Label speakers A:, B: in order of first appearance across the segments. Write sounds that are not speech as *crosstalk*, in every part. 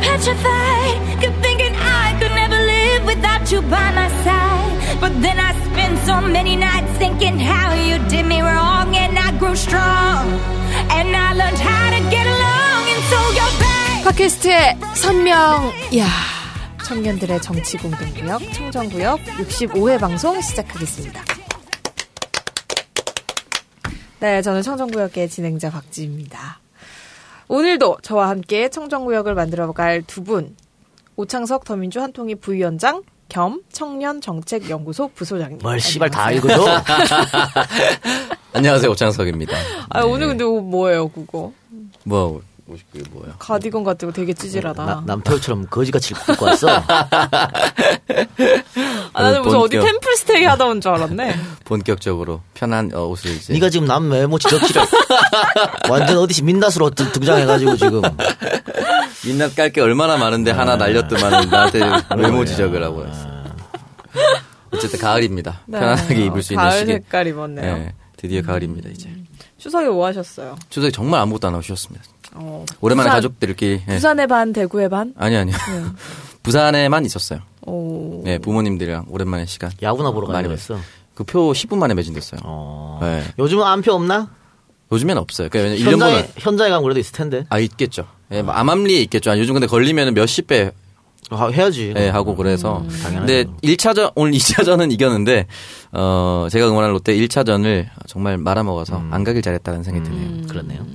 A: petrified. Keep thinking I could never live without you by my side. But then I spent so many nights thinking how you did me wrong, and I grew strong. And I learned how to get along, and so you're back.
B: 팟캐스트의 선명. 이야. 청년들의 정치 공동구역 청정구역 65회 방송 시작하겠습니다. 네, 저는 청정구역의 진행자 박지입니다. 오늘도 저와 함께 청정구역을 만들어갈 두 분, 오창석 더민주 한통이 부위원장 겸 청년정책연구소 부소장님.
C: 뭘 씨발 다 읽어줘?
D: 안녕하세요 오창석입니다. 네.
B: 아,
C: 네.
B: 오늘 근데 뭐예요, 그거?
D: 뭐 59일 뭐야?
B: 가디건 같은 거 되게 찌질하다.
C: 네, 나- 남태우처럼 거지같이 입고 왔어.
B: 아, 나는 무슨 어디
D: 본격.
B: 템플스테이 하다 온 줄 알았네. *laughs*
D: 본격적으로 편한 어, 옷을 이제
C: *laughs* 네가 지금 남 외모 지적질을 *laughs* 완전 어디시 민낯으로 등- 등장해가지고 지금
D: 민낯 깔게 얼마나 많은데
C: 아.
D: 하나 날렸더만 나한테
C: *laughs*
D: 외모 지적을 하고 있어.
C: 아.
D: 어쨌든 가을입니다.
B: 네.
D: 편안하게 입을 수 있는
B: 가을
D: 시기.
B: 색깔 입었네요. 음.
D: 네, 드디어 가을입니다 이제.
B: 추석에 뭐 하셨어요?
D: 추석에 정말 아무것도 안 하셨습니다.
B: 어,
D: 오랜만에
B: 부산-
D: 가족들끼리. 예.
B: 부산의 네. 반, 대구의 반?
D: 아니 아니요. *laughs* 부산에만 있었어요.
B: 오.
D: 네, 부모님들이랑 오랜만에 시간.
C: 야구나 보러
D: 많이
C: 가려고 했어.
D: 그 표 10분 만에 매진됐어요.
C: 어.
D: 네.
C: 요즘은 안표 없나?
D: 요즘엔 없어요. 그러니까 왜냐면 1년
C: 현장에
D: 보면
C: 현장에 가면 그래도 있을 텐데.
D: 아 있겠죠. 예, 뭐 암암리에 있겠죠. 아니, 요즘 근데 걸리면 몇십 배
C: 아, 해야지.
D: 예, 하고 그래서.
C: 당연하죠.
D: 근데 1차전 오늘 2차전은 이기었는데 어 제가 응원하는 롯데 1차전을 정말 말아먹어서
C: 음.
D: 안 가길 잘했다는 생각이 드네요.
C: 그렇네요.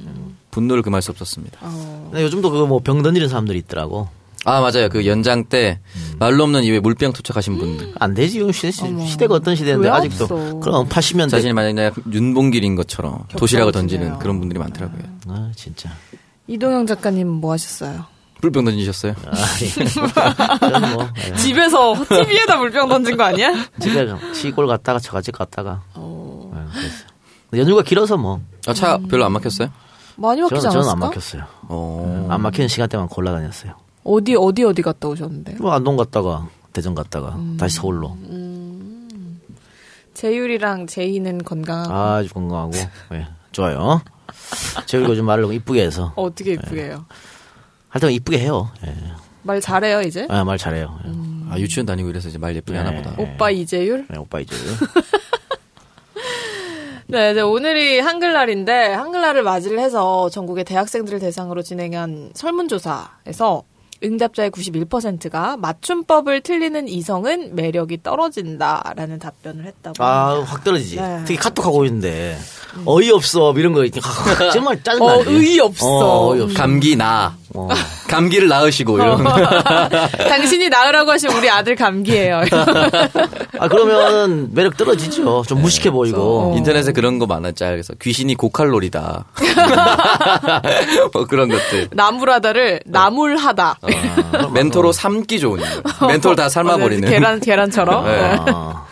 D: 분노를 금할 수 없었습니다.
C: 근데 요즘도 그거 뭐 병 던지는 사람들이 있더라고.
D: 아 맞아요. 그 연장 때
C: 음.
D: 말로 없는 이외 물병 투척하신 분들.
C: 안 되지. 이건 시, 대가 어떤 시대인데
B: 왜
C: 아직도.
B: 없어?
C: 그럼 80년대.
D: 자신이 만약에 윤봉길인 것처럼 도시락을 던지는
B: 겹쳐지네요.
D: 그런 분들이 많더라고요.
C: 아,
B: *laughs*
C: 진짜.
B: 이동영 작가님 뭐 하셨어요?
D: 물병 던지셨어요?
C: 아니. *laughs* 그건 뭐. 예.
B: 집에서 *laughs* TV에다 물병 던진 거 아니야?
C: 집에 가- 시골 갔다가 저가집 갔다가. 예, 그랬어요. 근데 연휴가 길어서 뭐.
D: 아, 차 별로 안 막혔어요?
C: 음.
B: 많이 막히지
C: 저는, 저는
B: 않았을까?
C: 안 막혔어요.
D: 어.
C: 안 막히는 시간대만 골라 다녔어요.
B: 어디 어디 어디 갔다 오셨는데?
C: 뭐 안동 갔다가 대전 갔다가
B: 음.
C: 다시 서울로.
B: 재율이랑 제이는 건강하고
C: 아주 건강하고. 예, 좋아요. 제가 요즘 말을 너무 이쁘게 해서.
B: 어떻게 이쁘게 해요?
C: 하여튼 이쁘게 해요. 예.
B: 말 잘해요 이제?
C: 아, 말 잘해요. 예.
B: 음.
D: 아, 유치원 다니고 이래서 이제 말 예쁘게
C: 네.
D: 하나 보다.
B: 오빠 이재율?
C: 네, 오빠 이제.
B: 네, 이제 오늘이 한글날인데 한글날을 맞이를 해서 전국의 대학생들을 대상으로 진행한 설문조사에서 응답자의 91%가 맞춤법을 틀리는 이성은 매력이 떨어진다라는 답변을 했다고
C: 아,
B: 합니다.
C: 확 떨어지지.
B: 네. 음.
C: 특히 카톡하고 있는데. 어이없어. 이런 거. 이렇게 하, 정말 짜증나지.
B: *laughs* 어, 의없어.
C: 어, 어이없어.
D: 감기 나.
C: 어.
D: 감기를 나으시고
B: *laughs*
D: 이런.
B: 당신이 낳으라고 하신 우리 아들 감기예요. *laughs*
C: 아, 그러면 매력 떨어지죠.
B: 네,
C: 좀 무식해
B: 그렇죠.
C: 보이고.
D: 인터넷에 그런 거 많았죠. 그래서 귀신이 고칼로리다. 뭐 그런 것들. 아,
B: 나물하다를
C: 네.
B: 나물하다.
C: 어.
D: 멘토로 삶기 좋은 일. 멘토를 다 삶아버리는.
B: 계란 계란처럼.
D: 네.
C: 아.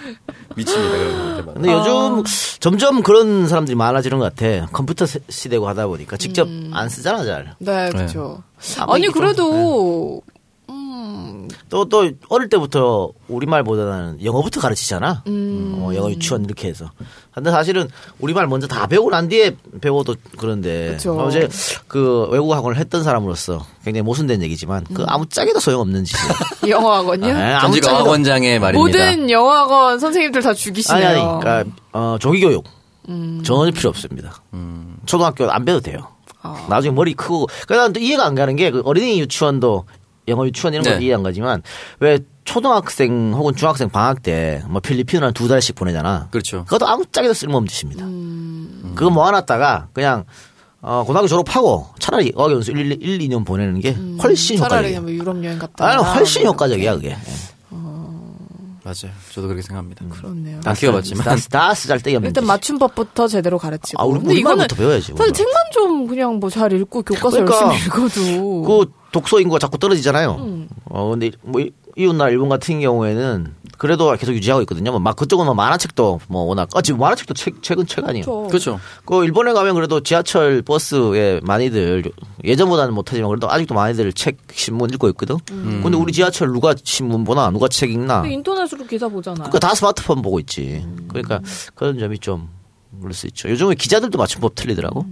D: 미칩니다. 그런 것들 많아요.
C: 근데 요즘 점점 그런 사람들이 많아지는 것 같아. 컴퓨터 세- 시대고 하다 보니까 직접 안 쓰잖아, 잘.
B: 네, 그렇죠.
C: 아마
B: 아니
C: 이게 좀-
B: 그래도 음,
C: 또, 또, 어릴 때부터 우리말보다는 영어부터 가르치잖아. 어, 영어 유치원 이렇게 해서. 근데 사실은 우리말 먼저 다 배우고 난 뒤에 배워도 그런데.
B: 그쵸.
C: 어제 그 외국어 학원을 했던 사람으로서 굉장히 모순된 얘기지만 그 아무 짝에도 소용없는 짓이야.
B: 영어학원요?
C: 에, 네. 아무
D: 전지가
C: 짝에도.
D: 학원장의 말입니다.
B: 모든 영어학원 선생님들 다
C: 아니,
B: 죽이시네요. 음.
C: 아니, 그러니까, 어, 조기교육. 전혀 필요 없습니다.
D: 음.
C: 초등학교 안 배도 돼요.
B: 아.
C: 나중에 머리 크고. 그러니까 난또 이해가 안 가는 게그 어린이 유치원도 영어 유치원 이런 건
D: 네.
C: 이해 안 가지만 왜 초등학생 혹은 중학생 방학 때 뭐 필리핀으로 두 달씩 보내잖아.
D: 그렇죠.
C: 그것도 아무 짝에도 쓸모없는 짓입니다.
B: 음.
C: 그거 모아놨다가 그냥 어, 고등학교 졸업하고 차라리 어학연수 1, 1, 2년 보내는 게 훨씬
B: 음, 차라리 네.
C: 효과적이야.
B: 그냥 뭐 유럽 여행 갔다.
C: 아니,
B: 오나.
C: 훨씬 효과적이야, 그게.
B: 네.
D: 맞아요. 저도 그렇게 생각합니다.
B: 그렇네요.
D: 안 키워봤지만.
C: 다 쓰잘데기 없는
B: 일단
C: 짓이야.
B: 맞춤법부터 제대로 가르치고.
C: 아, 우리
B: 근데
C: 우리말부터
B: 이거는
C: 배워야지,
B: 사실
C: 우리말.
B: 책만 좀 그냥 뭐 잘 읽고 교과서
C: 그러니까.
B: 열심히 읽어도.
C: 그 독서 인구가 자꾸 떨어지잖아요. 어 근데 뭐 이- 이웃나라 일본 같은 경우에는 그래도 계속 유지하고 있거든요. 막 그쪽은 뭐 만화책도 뭐 워낙 아 지금 만화책도 책 최근 책 아니에요.
B: 그렇죠.
D: 그렇죠.
C: 그 일본에 가면 그래도 지하철 버스에 많이들 예전보다는 못하지만 그래도 아직도 많이들 책 신문 읽고 있거든. 근데 우리 지하철 누가 신문 보나 누가 책
B: 음.
C: 읽나? 그
B: 근데 인터넷으로 기사 보잖아요. 음.
C: 그러니까 다 스마트폰 보고 있지. 그러니까 그런 점이 좀 물을 수 있죠. 요즘은 기자들도 맞춤법 틀리더라고.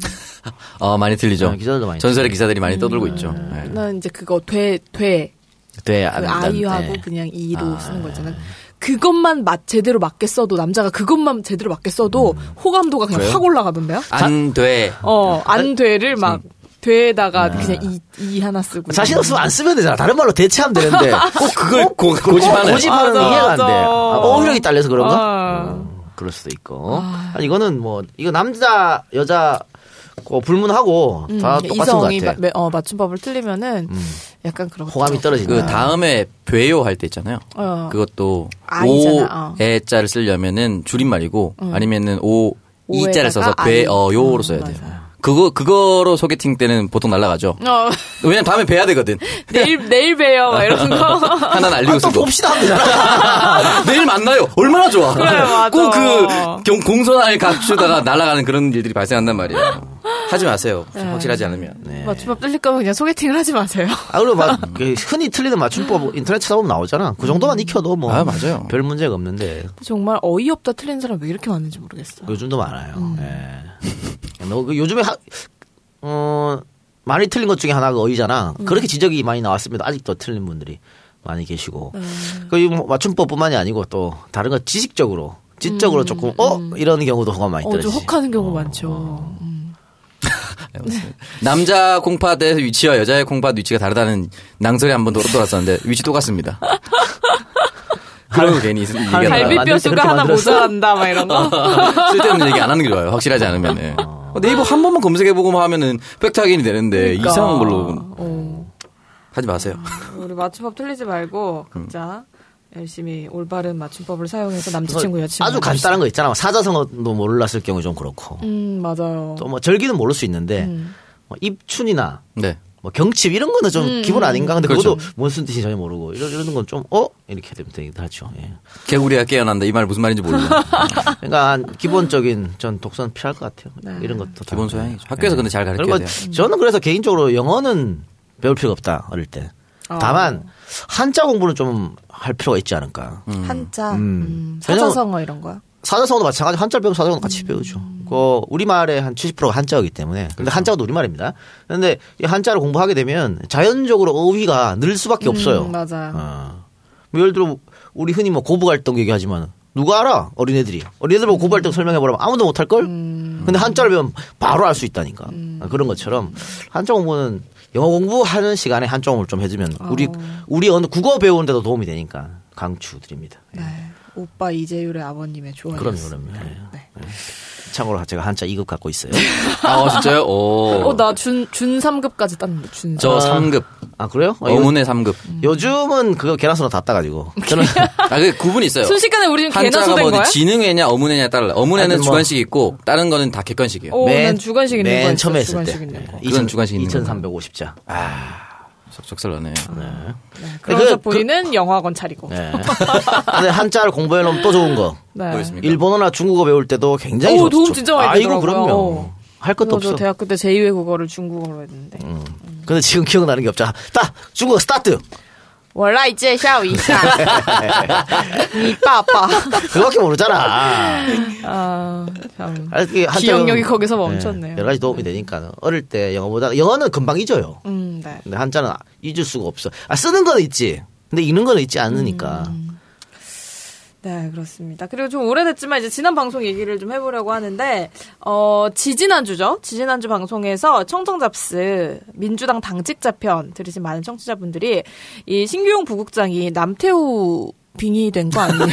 D: 어, 많이 틀리죠.
C: 네, 기사들도 많이
D: 전설의 기사들이 많이 떠들고 있죠. 네.
B: 난 이제 그거 돼, 돼.
C: 네,
B: 그 아이유하고 그냥 이로 쓰는 거 있잖아. 그것만 맞, 제대로 맞게 써도, 남자가 그것만 제대로 맞게 써도,
C: 음.
B: 호감도가 그냥
D: 그래요?
B: 확 올라가던데요?
D: 안 돼.
C: 아,
B: 어, 안 돼를 막, 돼에다가 그냥 이, 이 하나 쓰고.
C: 음. 자신 없으면 안 쓰면 되잖아. 다른 말로 대체하면
B: *laughs*
C: 되는데 꼭 그걸
D: 고,
C: 어? 고집하는
D: 고집하는
B: 맞아,
C: 이해가 안
B: 맞아.
C: 돼. 아, 어휘력이 딸려서 그런가?
B: 아.
C: 음, 그럴 수도 있고. 아니, 이거는 뭐 이거 남자 여자 어, 불문하고 다
B: 음,
C: 똑같은 것
B: 이성이
C: 같아. 음.
B: 마- 매- 어, 맞춤법을 틀리면은, 약간 그런.
C: 호감이 떨어진다.
D: 그 다음에 돼요 할 때 있잖아요.
B: 어.
D: 그것도
B: 아이잖아, 어. 음.
D: 오에 자를 쓰려면은 줄임말이고 아니면은 오
B: 오에다가 음,
D: 이자를 써서
B: 아이.
D: 돼어요로 써야 돼요. 그거 그거로 소개팅 때는 보통 날라가죠.
B: 어, *laughs*
D: 왜냐면 다음에 뵈야 되거든.
B: 내일, 내일 봬요. 막 이런 거.
C: *laughs*
B: *laughs*
D: 하나는
C: 아,
D: 알리고
C: 또
D: 쓰고
C: 봅시다 하면 되잖아.
D: *laughs* 내일 만나요. 얼마나 좋아.
B: 그래, 맞아.
D: *laughs* 꼭그 공손을 갖추다가 날아가는 그런 일들이 발생한단 말이에요. 하지 마세요.
B: 네.
D: 확실하지 않으면.
C: 네.
B: 맞춤법 뚫릴 거면 그냥 소개팅을 하지 마세요. *laughs*
C: 아, 그리고 막, 그 흔히 틀리는 맞춤법 인터넷 찾아보면 나오잖아. 그 정도만 익혀도 뭐.
D: 아, 맞아요.
C: 별 문제가 없는데.
B: 정말 어이없다 틀린 사람 왜 이렇게 많은지 모르겠어.
C: 요즘도 많아요. 예. 너그 요즘에 하, 어, 많이 틀린 것 중에 하나가 어이잖아. 그렇게 지적이 많이 나왔습니다. 아직도 틀린 분들이 많이 계시고.
B: 네.
C: 그이 뭐 맞춤법뿐만이 아니고 또 다른 거 지식적으로 지적으로 조금 어 이런 경우도 허가 많이
B: 음. 어,
C: 떨어지.
B: 좀 혹하는 경우 많죠.
D: 남자 콩팥의 위치와 여자의 콩팥 위치가 다르다는 낭설이 한번 돌았었는데 위치
B: *laughs*
D: 똑같습니다. 그런 괜히 얘기가
C: 아, 만들
D: 나와요.
B: 갈비뼈
C: 때
B: 수가
C: 그렇게
B: 하나
C: 만들었어? 아, 네,
B: 모자란다, 막 이런 거.
D: *laughs* 쓸데없는 얘기 안 하는 게 좋아요. 확실하지 않으면. 예. 어, 네이버 한 번만 검색해보고만 하면은 팩트 확인이 되는데
B: 그러니까.
D: 이상한 걸로
B: 어,
D: 하지
B: *laughs*
D: 마세요.
B: 우리 맞춤법 틀리지 말고,
C: 음.
B: 각자 열심히 올바른 맞춤법을 사용해서 남자친구, 여자친구.
C: 아주 간단한 거 있잖아. 뭐 사자성어도 몰랐을 경우 좀 그렇고.
B: 음, 맞아요.
C: 또 뭐 절기는 모를 수 있는데 뭐 입춘이나
D: 네.
C: 뭐 경칩 이런 거는 좀
B: 음,
C: 기본 아닌가 근데
D: 그렇죠.
C: 그것도 무슨 뜻인지 전혀 모르고 이런 이런 건 좀 어 이렇게 되면 되기도 하죠. 예.
D: 개구리가 깨어난다. 이 말 무슨
B: *laughs*
D: 말인지 아, 몰라.
C: 그러니까 한 기본적인 전 독서는 필요할 것 같아요.
B: 네.
C: 이런 것도 다.
D: 기본 소양이죠. 학교에서 근데 잘 가르쳐야
C: 그리고
D: 돼요. 음.
C: 저는 그래서 개인적으로 영어는 배울 필요가 없다 어릴 때. 다만 한자 공부는 좀 할 필요가 있지 않을까.
B: 한자, 음, 사자성어 이런 거야.
C: 사자성어도 마찬가지 한자 배우고 사자성어
B: 음.
C: 같이 배우죠. 그 우리 말의 한 70%가 한자어기 때문에.
D: 그렇죠.
C: 근데 한자어도 우리 말입니다. 그런데 이 한자를 공부하게 되면 자연적으로 어휘가 늘 수밖에 없어요.
B: 음, 맞아요.
C: 어. 뭐 예를 들어 우리 흔히 뭐 고부 갈등 얘기하지만 누가 알아 어린애들이 어린애들 보고 고부 갈등 설명해 보라면 아무도 못할 걸.
B: 음.
C: 근데 한자를 배우면 바로 알 수 있다니까 아, 그런 것처럼 한자 공부는 영어 공부하는 시간에 한자 공부를 좀 해주면
B: 어.
C: 우리 우리 언어 국어 배우는데도 도움이 되니까 강추드립니다. 예.
B: 네. 오빠 이재율의 아버님의 조언.
C: 그럼요, 그럼요. 예.
B: 네.
C: 참고로 제가 한자 2급 갖고 있어요.
D: 아, 진짜요? 오.
B: 어, 나 준, 준 3급까지 땄는데, 준
D: 저 3급.
C: 아 그래요? 어, 요,
D: 어문의 3급.
C: 요즘은 그거 계란수나 다 따가지고 저는
D: 아, 그 구분이 있어요.
B: 순식간에 우리 지금 개나
D: 한자가
B: 소된
D: 뭐
B: 거야?
D: 어디 진흥회냐 어문회냐에 따라
C: 아니,
D: 어문회는
C: 뭐-
D: 주관식 있고 다른 거는 다 객관식이에요.
B: 오,
C: 맨-
B: 난 주관식 있는
C: 맨
B: 거야.
C: 처음에 했을 때
B: 주관식 있는 거.
D: 그건 주관식 있는
C: 2,350자.
D: 적절하네.
B: 네, 그래서
C: 그-
B: 본인은 영화관 차리고. *laughs*
C: 네. 근데 한자를 공부해 놓으면 또 좋은 거.
B: 네.
D: 보였습니까?
C: 일본어나 중국어 배울 때도 굉장히
B: 오,
C: 좋-
B: 도움
C: 좋-
B: 진짜 많이
C: 아이고
B: 되더라고요.
C: 그럼요. 할 것도
B: 그래서
C: 없어. 음.
B: 저 대학교 때 제2외 국어를 중국어로 했는데.
C: 근데 지금 기억나는 게 없잖아. 딱 중국어 스타트.
B: 월라 이제 샤오 *laughs*
C: *laughs*
B: 이샤. 니 빠빠.
C: 그거밖에 모르잖아.
B: 아, 참.
C: 아, 이게 한자는-
B: 기억력이 거기서 멈췄네요.
C: 네, 여러 가지 도움이 되니까 어릴 때 영어보다 영어는 금방 잊어요.
B: 음, 네.
C: 근데 한자는 잊을 수가 없어. 아 쓰는 건 있지. 근데 읽는 건 있지 않으니까.
B: 음. 네, 그렇습니다. 그리고 좀 오래됐지만 이제 지난 방송 얘기를 좀 해보려고 하는데, 어, 지지난주죠? 지지난주 방송에서 청정잡스, 민주당 당직자편 들으신 많은 청취자분들이 이 신규용 부국장이 남태우 빙의된 거 아니냐.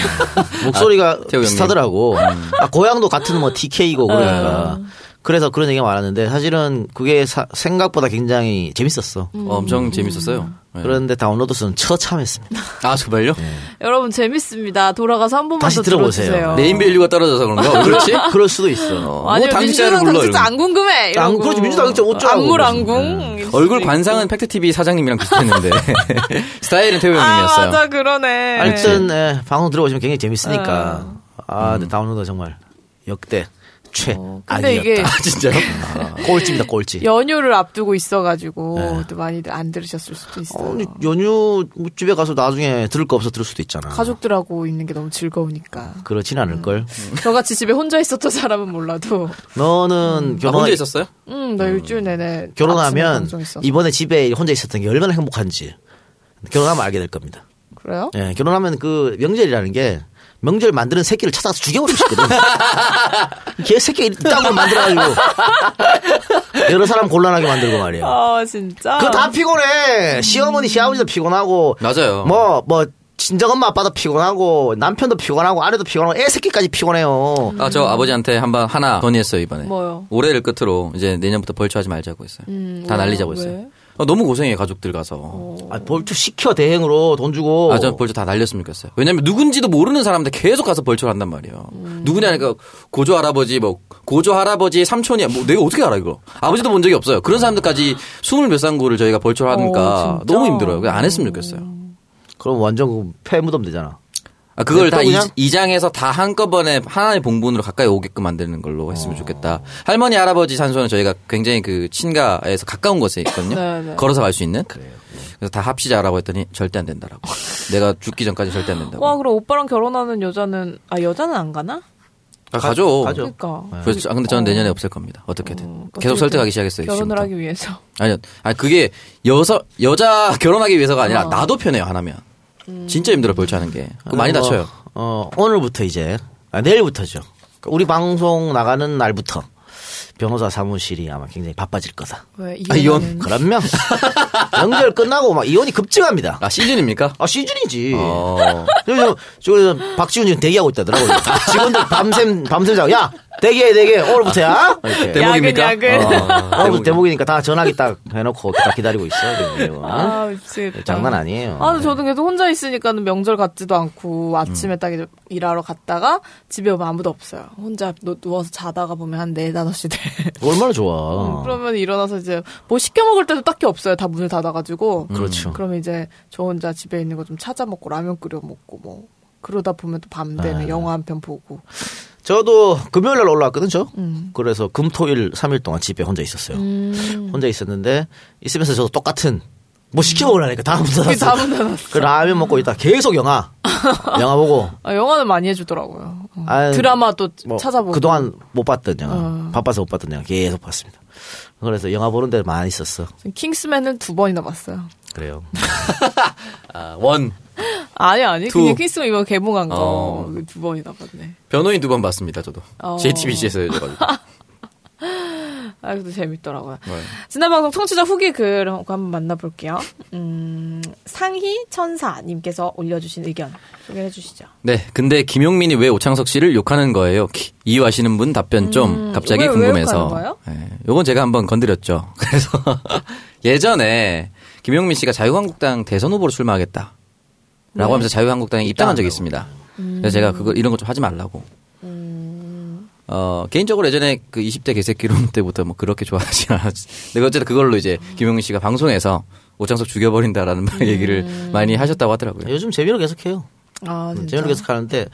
C: 목소리가
D: 아, 태우 형님. 음.
C: 비슷하더라고. 아, 고향도 같은 뭐 TK고 그러니까. 그래서 그런 얘기가 많았는데 사실은 그게 사- 생각보다 굉장히 재밌었어.
D: 어, 엄청 재밌었어요.
B: 음.
D: 네.
C: 그런데 다운로드 수는 처참했습니다.
D: 아, 정말요?
B: *laughs* 여러분 재밌습니다. 돌아가서 한 번만
C: 다시
B: 더
C: 들어보세요.
B: 들어주세요.
D: 네임 밸류가
B: *laughs*
D: 떨어져서 그런가? 왜 그렇지?
C: *laughs* 그럴 수도 있어.
D: 어,
B: 아니요,
D: 뭐 당직자를
B: 민주당
D: 불러.
B: 당직자 안 궁금해.
C: 안-
B: 이러고.
C: 그렇지, 민주당 당직자 어쩌라고
B: 안물안궁. 이럴
D: 그 얼굴
B: 수도
D: 관상은
B: 있고.
D: 팩트 TV
B: *laughs*
D: 사장님이랑 비슷했는데 *laughs* 스타일은 태우 형님이었어요.
B: 아, 맞아, 그러네.
D: 음.
C: 아무튼 예, 방송 들어보시면 굉장히 재밌으니까. 아, 근데 다운로드 아, 정말 역대
D: 어,
B: 근데 이게-
C: 최악이었다. *laughs* 진짜요?
D: 음. 아.
C: 꼴찌입니다, 꼴찌.
B: 연휴를 앞두고 있어가지고
C: 네.
B: 또 많이들 안 들으셨을 수도 있어요.
C: 아니, 연휴 뭐 집에 가서 나중에 들을 거 없어 들을 수도 있잖아.
B: 가족들하고 있는 게 너무 즐거우니까.
C: 그렇진
D: 음.
C: 않을 걸.
B: 저같이 집에 혼자 있었던 사람은 몰라도,
C: 너는
D: 아, 혼자
C: 결혼
D: 있었어요?
B: 음, 나 일주일 내내 아침에
C: 결혼하면
B: 방송했어.
C: 이번에 집에 혼자 있었던 게 얼마나 행복한지 결혼하면 알게 될 겁니다.
B: 그래요?
D: 네.
C: 예, 결혼하면 그 명절이라는 게 명절 만드는 새끼를 찾아서 죽여버리고 싶거든. *laughs* 걔 새끼 땅으로 만들어가지고 여러 사람 곤란하게 만들고 말이야.
B: 아 진짜.
C: 그거 다 피곤해. 시어머니, 시아버지도 피곤하고
D: 맞아요.
C: 뭐, 뭐, 친정엄마 아빠도 피곤하고 남편도 피곤하고 아내도 피곤하고 애 새끼까지 피곤해요.
D: 아, 저 아버지한테 한번 하나 건의했어요, 이번에.
B: 뭐요?
D: 올해를 끝으로 이제 내년부터 벌초하지 말자고 했어요. 다
B: 음, 왜요?
D: 날리자고
B: 왜? 어.
D: 했어요. 아, 너무 고생해, 가족들 가서.
C: 아, 벌초 시켜 대행으로 돈 주고.
D: 아, 전 벌초 다 날렸으면 좋겠어요. 왜냐면 누군지도 모르는 사람한테 계속 가서 벌초를 한단 말이에요.
B: 음.
D: 누구냐니까 고조 할아버지, 뭐, 고조 할아버지, 삼촌이야. 뭐, 내가 어떻게 알아, 이거. 아버지도 본 적이 없어요. 그런 사람들까지 스물 몇 상고를 저희가 벌초를 하니까
B: 어, 진짜?
D: 너무 힘들어요. 그냥 안 했으면 좋겠어요.
C: 그럼 완전 그 폐무덤 되잖아.
B: 네,
D: 아, 그걸 다
C: 냅둬
D: 이,
C: 그냥?
D: 이장에서 다 한꺼번에 하나의 봉분으로 가까이 오게끔 만드는 걸로 했으면
B: 어.
D: 좋겠다. 할머니, 할아버지 산소는 저희가 굉장히 그 친가에서 가까운 곳에 있거든요.
B: 네, 네.
D: 걸어서 갈 수 있는. 그래요. 그래서 다 합시자라고 했더니 절대 안 된다라고. *laughs* 내가 죽기 전까지 절대 안 된다고.
B: 와, 그럼 오빠랑 결혼하는 여자는 아 여자는 안 가나?
D: 아, 가죠.
C: 가죠.
B: 그러니까.
D: 그래서 아, 근데 저는 내년에 없앨 겁니다. 어떻게든. 계속
B: 어떻게든
D: 설득하기 시작했어요.
B: 결혼을
D: 지금부터.
B: 하기 위해서.
D: 아니요. 아니 그게 여서 여자 *laughs* 결혼하기 위해서가 아니라
B: 어.
D: 나도 편해요. 하나면.
B: 음.
D: 진짜 힘들어 벌초하는 게. 그거 많이
B: 아,
C: 뭐,
D: 다쳐요.
C: 어, 오늘부터 이제 아, 내일부터죠. 그러니까 우리 방송 나가는 날부터 변호사 사무실이 아마 굉장히 바빠질 거다.
B: 왜
D: 아, 이혼.
B: 이혼?
D: *laughs*
C: 그럼요. 명절 끝나고 막 이혼이 급증합니다.
D: 아, 시즌입니까?
C: 아 시즌이지.
B: 예.
D: 어.
C: 그래서 저기서 박지훈 지금 대기하고 있다더라고요. 직원들 밤샘 밤샘 자고 야 대기해 대기해 오늘부터야. 이렇게.
B: 대목.
D: 아, 대목입니까?
B: 야근, 야근.
D: 어,
C: 오늘부터 대목이니까 다 전화기 딱 해놓고 딱 기다리고 있어요. 지금.
B: 아, 미치겠다.
C: 장난 아니에요.
B: 아, 근데 저도 계속 혼자 있으니까는 명절 같지도 않고 아침에
C: 음.
B: 딱 이제 일하러 갔다가 집에 오면 아무도 없어요. 혼자 누, 워서 자다가 보면 한 네 다섯 시 돼.
C: 얼마나
B: *laughs*
C: 좋아.
B: 그러면 일어나서 이제 뭐 시켜 먹을 때도 딱히 없어요. 다 문을 닫아가지고.
C: 그렇죠.
B: 그러면 이제 저 혼자 집에 있는 거 좀 찾아 먹고 라면 끓여 먹고 뭐 그러다 보면 또 밤 되면
C: 아.
B: 영화 한 편 보고.
C: 저도 금요일 날 올라왔거든, 저.
B: 음.
C: 그래서 금, 토, 일, 삼 일 동안 집에 혼자 있었어요. 혼자 있었는데, 있으면서 저도 똑같은, 뭐 시켜먹으라니까 다음부터
B: 다 문닫았어.
C: 그 라면 먹고 있다 계속
B: *laughs*
C: 영화. 영화 보고.
B: 아, 영화는 많이 해주더라고요. 어.
C: 아,
B: 드라마도
C: 뭐
B: 찾아보고. 어.
C: 그동안 못 봤던 영화. 바빠서 못 봤던 영화 계속 봤습니다. 그래서 영화 보는데 많이 있었어.
B: 킹스맨은 두 번이나 봤어요.
C: 그래요.
D: 아, 원.
B: 아니 아니
D: 투.
B: 그냥 킹스맨 이번 개봉한 거
D: 어.
B: 두 번이나 봤네.
D: 변호인 두 번 봤습니다, 저도.
B: 어.
D: JTBC에서 해줘가지고.
B: *laughs* 아 근데 재밌더라고요.
D: 네.
B: 지난 방송 청취자 후기 글 한번 만나볼게요. 음, 상희 천사님께서 올려주신 의견 소개해 주시죠.
D: 네, 근데 김용민이 왜 오창석 씨를 욕하는 거예요? 키, 이유하시는 분 답변 좀 갑자기
B: 음, 왜- 왜
D: 궁금해서.
B: 욕하는 거예요?
D: 네, 요건 제가 한번 건드렸죠. *laughs* 그래서 예전에 김용민 씨가 자유한국당 대선 후보로 출마하겠다.
B: 네.
D: 라고 하면서 자유한국당에 입당한 적이 있습니다.
B: 음.
D: 그래서 제가 그거 이런 거 좀 하지 말라고. 어, 개인적으로 예전에 그 20대 개새끼론 *laughs* 때부터 뭐 그렇게 좋아하지 *laughs* 않았지. 근데 어쨌든 그걸로 이제 김용민 씨가 방송에서 오창석 죽여버린다라는 *laughs*
B: 음.
D: 얘기를 많이 하셨다고 하더라고요.
C: *laughs* 요즘 재미로 계속해요.
B: 아
D: 음,
B: 진짜.
C: 재미로 계속 하는데,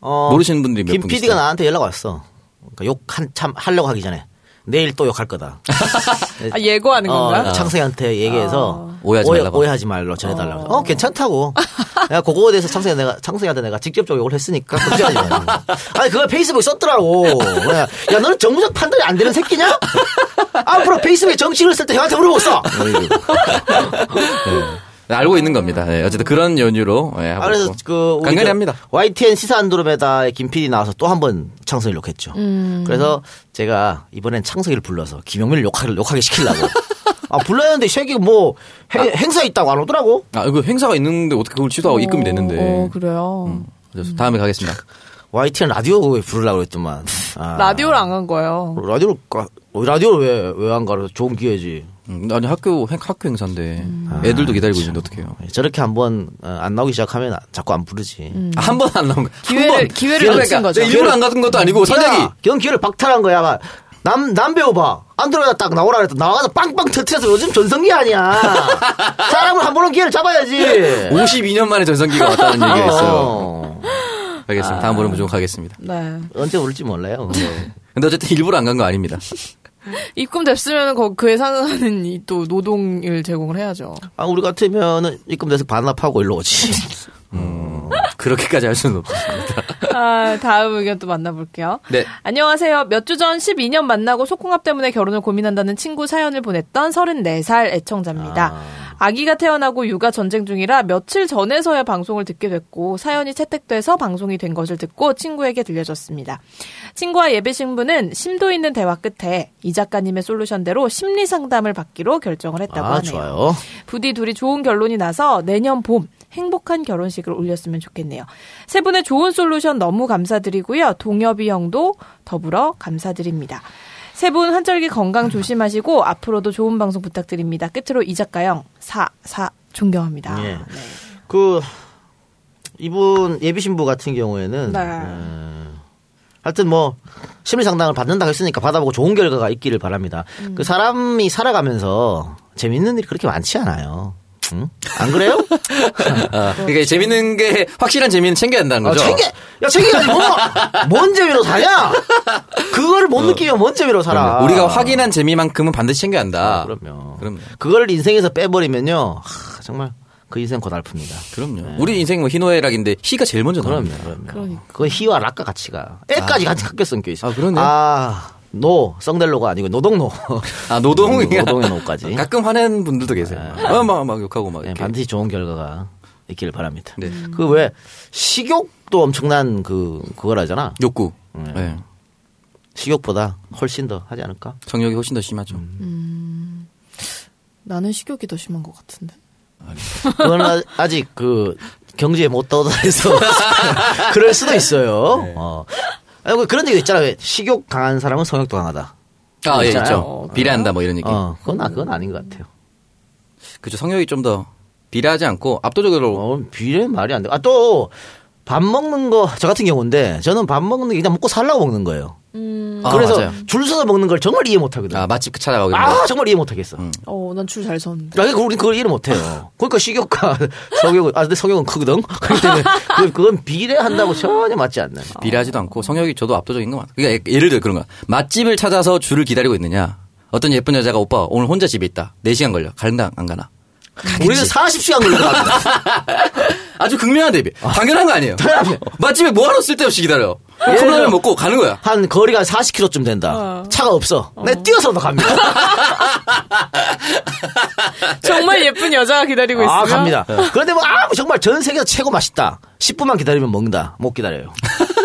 C: 어,
D: 모르시는 분들이 몇
C: 김
D: 분
C: PD가
D: 계시죠?
C: 나한테 연락 왔어. 그러니까 욕 한참 하려고 하기 전에. 내일 또 욕할 거다.
B: 아 예고하는 건가?
D: 네,
B: 아.
C: 어, 창석이한테 얘기해서
D: 오해하지
C: 오해,
D: 말라고.
C: 오해하지 말로 전해달라고. 어, 괜찮다고. 내가 그거에 대해서 창석이 내가 창석이한테 내가 직접적으로 욕을 했으니까 걱정하지
B: *laughs*
C: 마. 아니 그걸 페이스북에 썼더라고. 야, 야, 너는 정무적 판단이 안 되는 새끼냐? 앞으로 페이스북에 정치를 쓸 때 형한테 물어보고 써.
D: 네, 알고 있는 겁니다. 네, 어쨌든 그런 연유로 예, 하고
C: 아, 그래서
D: 있고.
C: 그 우리
D: 간간히
C: 저
D: 합니다.
C: YTN 시사 안드로메다의 김PD 나와서 또 한 번 창석이를 욕했죠.
B: 음.
C: 그래서 제가 이번엔 창석이를 불러서 김용민을 욕하를 욕하게 시키려고.
B: *laughs*
C: 아 불렀는데 이 새끼 뭐 행- 행사 있다고 안 오더라고.
D: 아, 이거 행사가 있는데 어떻게 그걸 취소하고 뭐 입금이 됐는데.
B: 어, 그래요.
D: 그래서 다음에 가겠습니다.
C: YTN 라디오에 부르려고 했더만. 아.
B: 라디오를 안 간 거예요.
C: 라디오를 가, 어, 라디오를 왜, 왜 안 가려? 좋은 기회지.
D: 음, 아니 학교 행- 학교 행사인데
B: 음. 아,
D: 애들도 기다리고 있는데 어떡해요?
C: 저렇게 한번 어, 안 나오기 시작하면 아, 자꾸 안
B: 음.
C: 부르지.
D: 아, 한번 안 나온 거.
B: 기회를- 기회를 놓친 거죠.
D: 일부러 안 가던 것도 아니고 사장이
C: 기회야. 그건 기회를 박탈한 거야. 막. 남, 남 배워봐. 안 들어가다 딱 나오라 그랬다. 나와서 빵빵 터트려서 요즘
B: *laughs*
C: 전성기 아니야. 사람을 한 번은 기회를 잡아야지.
B: 어.
D: 52년 만에 전성기가 왔다는 얘기가 있어요.
B: 아.
C: 어.
D: 알겠습니다. 다음 번에 무조건 가겠습니다.
B: 네.
C: 언제 올지 몰라요.
D: 근데 어쨌든 일부러 안 간 거 아닙니다. *laughs*
B: 입금 됐으면 거- 그에 상응하는 이 또 노동을 제공을
D: *laughs*
B: 해야죠.
C: 아, 우리 같으면은 입금돼서 반납하고 일로
B: *laughs*
C: 오지.
D: 그렇게까지 할 수는 없습니다.
B: 아, 다음 의견 또 만나볼게요.
D: 네.
B: 안녕하세요. 몇 주 전 12년 만나고 소꿉합 때문에 결혼을 고민한다는 친구 사연을 보냈던 34살 애청자입니다. 아. 기가 태어나고 육아 전쟁 중이라 며칠 전에서야 방송을 듣게 됐고 사연이 채택돼서 방송이 된 것을 듣고 친구에게 들려줬습니다. 친구와 예배 신부는 심도 있는 대화 끝에 이 작가님의 솔루션대로 심리 상담을 받기로 결정을 했다고
C: 아,
B: 하네요.
C: 좋아요.
B: 부디 둘이 좋은 결론이 나서 내년 봄 행복한 결혼식을 올렸으면 좋겠네요. 세 분의 좋은 솔루션 너무 감사드리고요. 동엽이 형도 더불어 감사드립니다. 세 분 환절기 건강 조심하시고 앞으로도 좋은 방송 부탁드립니다. 끝으로 이 작가형 사사
D: 아,
B: 존경합니다.
C: 예.
B: 네.
C: 그 이분 예비 신부 같은 경우에는
B: 네.
C: 음, 하여튼 뭐 심리 상담을 받는다고 했으니까 받아보고 좋은 결과가 있기를 바랍니다.
D: 음.
C: 그 사람이 살아가면서 재밌는 일이 그렇게 많지 않아요. 응? 안
D: *laughs*
C: 그래요?
D: 아, 그러니까 재밌는 게 확실한 재미는 어, 챙겨야 한다는
B: 어,
C: 아,
D: 거죠.
C: 챙겨, 야 챙겨야지 뭐, 뭐뭔 재미로 사냐? 그거를 못 느끼면 뭔 재미로 살아?
D: 그럼요. 우리가 확인한 재미만큼은 반드시 챙겨야 한다.
C: 아, 그럼요.
D: 그럼요.
C: 그걸 인생에서 빼버리면요 하, 정말 그 인생 고달픕니다.
D: 그럼요. 우리 인생 뭐 희노애락인데 희가 제일 먼저
C: 그럼요,
D: 나옵니다.
C: 그럼요.
B: 그러니까.
C: 그건 희와 락과 같이 가. 애까지 같이 깎여 섞여 있어.
D: 음. 아, 그러네.
C: 아, 노, 썩델로가 아니고 노동노.
D: 아 노동
C: 노동의 노까지.
D: 가끔 화낸 분들도 계세요. 어, 막, 막 욕하고 막
C: 네,
D: 이렇게.
C: 반드시 좋은 결과가 있기를 바랍니다.
D: 네. 음.
C: 그 왜 식욕도 엄청난 그 그거라잖아.
D: 욕구.
C: 네.
D: 네.
C: 식욕보다 훨씬 더 하지 않을까?
D: 정력이 훨씬 더 심하죠.
C: 음.
B: 나는 식욕이 더 심한 것 같은데.
C: 그건 아- *laughs* 아직 그 경제에 못 떠다해서 *laughs* 그럴 수도 있어요.
D: 네.
C: 어. 아, 그- 그런 얘기 있잖아. 왜 식욕 강한 사람은 성욕도 강하다.
D: 아, 예,
C: 있잖아요.
D: 있죠. 비례한다 뭐 이런 얘기.
C: 어, 그건, 아- 그건 아닌 것 같아요.
D: 그죠. 성욕이 좀 더 비례하지 않고 압도적으로
C: 어, 비례 말이 안 돼. 아, 또, 밥 먹는 거, 저 같은 경우인데, 저는 밥 먹는 게 그냥 먹고 살라고 먹는 거예요.
D: 아,
C: 그래서
D: 맞아요.
C: 줄 서서 먹는 걸 정말 이해 못 하거든.
D: 아,
C: 아,
D: 맛집 찾아가고 이런 거.
C: 정말 이해 못 하겠어.
D: 음.
B: 어, 난 줄 잘 섰는데.
C: 아, 우리 그걸 이해 못 해요. 그러니까 식욕과 *laughs* 성욕은, 아, 근데 성욕은 크거든? *laughs* 그렇기 때문에 그- 그건 비례한다고 전혀 맞지 않는.
D: 비례하지도 않고 성욕이 저도 압도적인 것 같아요. 그러니까 예- 예를 들어 그런 거야. 맛집을 찾아서 줄을 기다리고 있느냐. 어떤 예쁜 여자가 오빠 오늘 혼자 집에 있다. 4시간 걸려. 간다 안 가나.
C: 우리는 40시간 걸린다.
D: 아주 극명한 대비. 당연한 거 아니에요. 예. 맛집에 뭐하러 쓸데없이 기다려.
C: 예.
D: 컵라면 먹고 가는 거야.
C: 한 거리가 40km쯤 된다. 차가 없어. 내 뛰어서도 갑니다.
B: 정말 예쁜 여자가 기다리고 있으면
C: 네.
B: 네.
C: 아, 갑니다. 그런데 뭐, 아, 정말 전 세계에서 최고 맛있다. 10분만 기다리면 먹는다. 못 기다려요.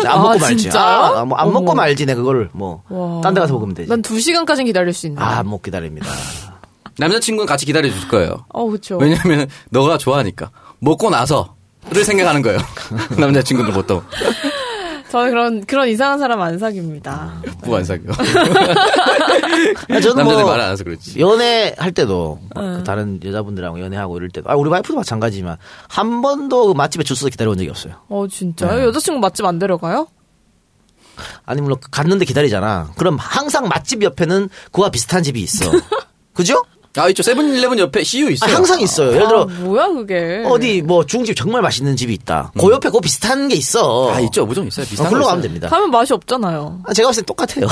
C: 네, 안 먹고
B: *laughs* 아,
C: 말지.
B: 진짜요?
C: 아, 아, 뭐, 안 먹고
B: 어머.
C: 말지. 내 그거를 뭐,
B: 와.
C: 딴 데 가서 먹으면 되지.
B: 난 2시간까지는 기다릴 수 있는데.
C: 아,
B: *laughs*
C: 못 기다립니다.
D: 남자친구는 같이 기다려줄 거예요.
B: 어, 그렇죠.
D: 왜냐면 너가 좋아하니까. 먹고 나서를 생각하는 거예요. *laughs* 남자친구들 보통.
B: 저는 그런 그런 이상한 사람 안 사깁니다.
D: 뭐안 사겨.
C: 아, 저는
D: 남자들
C: 뭐,
D: 말 안 해서 그렇지.
C: 연애할 때도,
B: 네.
C: 그 다른 여자분들하고 연애하고 이럴 때도, 아, 우리 와이프도 마찬가지지만, 한 번도 그 맛집에 줄 서서 기다려본 적이 없어요.
B: 어 진짜요? 여자친구 맛집 안 데려가요?
C: 아니, 물론 갔는데 기다리잖아. 그럼 항상 맛집 옆에는 그와 비슷한 집이
B: *laughs*
C: 있어. 그죠?
D: 아, 있죠. 세븐일레븐 옆에 CU
C: 아,
D: 있어요.
C: 항상 있어요. 예를 들어,
B: 아, 뭐야 그게?
C: 어디 뭐 중집 정말 맛있는 집이 있다. 그 옆에 그 비슷한 게 있어.
D: 음. 아, 있죠. 무조건 있어요.
C: 어,
D: 비슷한
C: 글로
D: 거
C: 가면
D: 있어요.
C: 됩니다.
B: 가면 맛이 없잖아요.
C: 아, 제가 봤을 때
D: *laughs*
C: 똑같아요.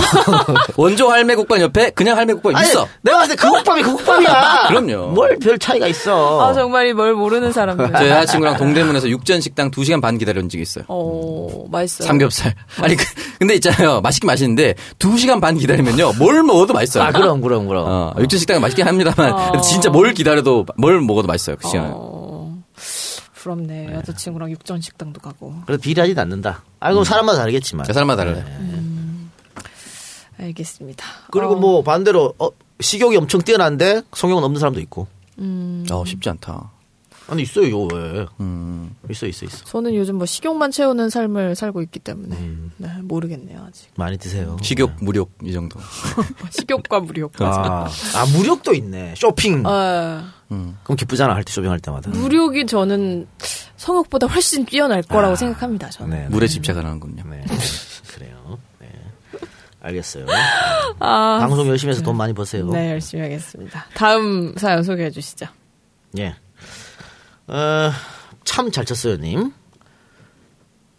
D: 원조 할매국밥 옆에 그냥 할매국밥
C: 아니,
D: 있어.
C: 내가 봤을 때 그 국밥이 그 국밥이야.
D: *laughs* 그럼요.
C: 뭘 별 차이가 있어.
B: 아 정말 뭘 모르는 사람들.
D: *laughs* 저 여자친구랑 동대문에서 육전 식당 2시간 반 기다려온 적이 있어요.
B: 어 맛있어요.
D: 삼겹살. 아니, 그- 근데 있잖아요. 맛있긴 맛있는데 2시간 반 기다리면요. 뭘 먹어도 맛있어요.
C: 아, 그럼, 그럼, 그럼.
D: 어, 육전 식당은 맛있긴 합니다만 *laughs* 진짜 뭘 기다려도 뭘 먹어도 맛있어요. 그 시간에.
B: 어, 부럽네. 여자친구랑 육전 식당도 가고.
C: 그래서 비례하진 않는다. 아, 그럼 사람마다 다르겠지만.
D: 음.
C: 네.
D: 제 사람마다 달라요.
B: 알겠습니다.
C: 그리고
B: 어,
C: 뭐 반대로, 어, 식욕이 엄청 뛰어난데 성욕은 없는 사람도 있고.
D: 어, 쉽지 않다.
C: 아니, 있어요, 이거 왜.
D: 음.
C: 있어, 있어, 있어.
B: 저는 요즘 뭐 식욕만 채우는 삶을 살고 있기 때문에 네, 모르겠네요 아직.
C: *laughs* 많이 드세요.
D: 식욕, 무욕 이 정도.
B: 식욕과 무력.
C: 아, 아, 무력도 있네. 쇼핑.
B: 아,
D: 음.
C: 그럼 기쁘잖아, 할 때, 쇼핑할 때마다.
B: 무력이 저는 성욕보다 훨씬 뛰어날 거라고 생각합니다. 저는.
C: 네.
D: 물에 집착을 하는군요.
C: 네. 그래요. 네. 알겠어요. 아, 방송 열심히 해서 돈 많이 버세요.
B: 아. 네, 열심히 하겠습니다. 다음 사연 소개해 주시죠.
C: 예. 어, 참 잘 쳤어요, 님.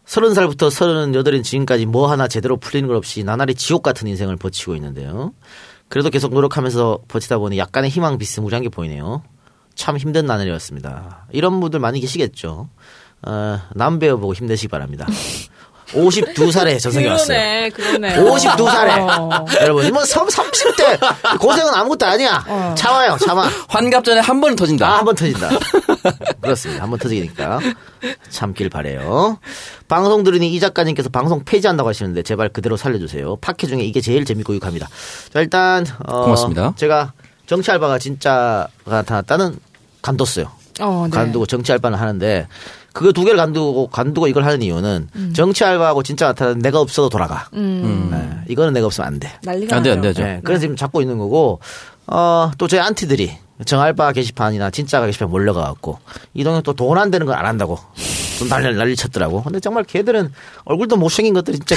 C: 서른 살부터 서른 여덟인 지금까지 뭐 하나 제대로 풀리는 것 없이 나날이 지옥 같은 인생을 버치고 있는데요. 그래도 계속 노력하면서 버티다 보니 약간의 희망 비스무리한 게 보이네요. 참 힘든 나날이었습니다. 이런 분들 많이 계시겠죠. 어, 남배우 보고
B: *laughs*
C: 힘내시기 바랍니다. 52살에 전성기 왔어요.
B: 그러네, 그러네. 어.
C: 52살에. 여러분, 뭐, 30대. 고생은 아무것도 아니야. 참아요, 참아.
D: 환갑 전에 한 번은 터진다.
C: 아, 한 번 터진다. 그렇습니다. 한 번 터지니까. 참길 바래요. 방송 들으니 이 작가님께서 방송 폐지한다고 하시는데 제발 그대로 살려주세요. 팟캐 중에 이게 제일 재밌고 유익합니다. 자, 일단. 어,
D: 고맙습니다.
C: 제가 정치 알바가 진짜가 나타났다는 간뒀어요.
B: 어, 네.
C: 간두고 정치 알바는 하는데 그거 두 개를 간두고 간두고 이걸 하는 이유는 정치 알바하고 진짜 나타나는 내가 없어도 돌아가. 네, 이거는 내가 없으면 안 돼.
B: 난리가
D: 안 돼, 안
B: 나죠.
D: 돼, 안 돼.
C: 네, 그래서 지금 잡고 있는 거고 어, 또 저희 안티들이 정알바 게시판이나 진짜가 게시판 몰려가갖고 이동형 또 돈 안 되는 걸 안 한다고 좀 난리 난리 쳤더라고. 근데 정말 걔들은 얼굴도 못생긴 것들이 진짜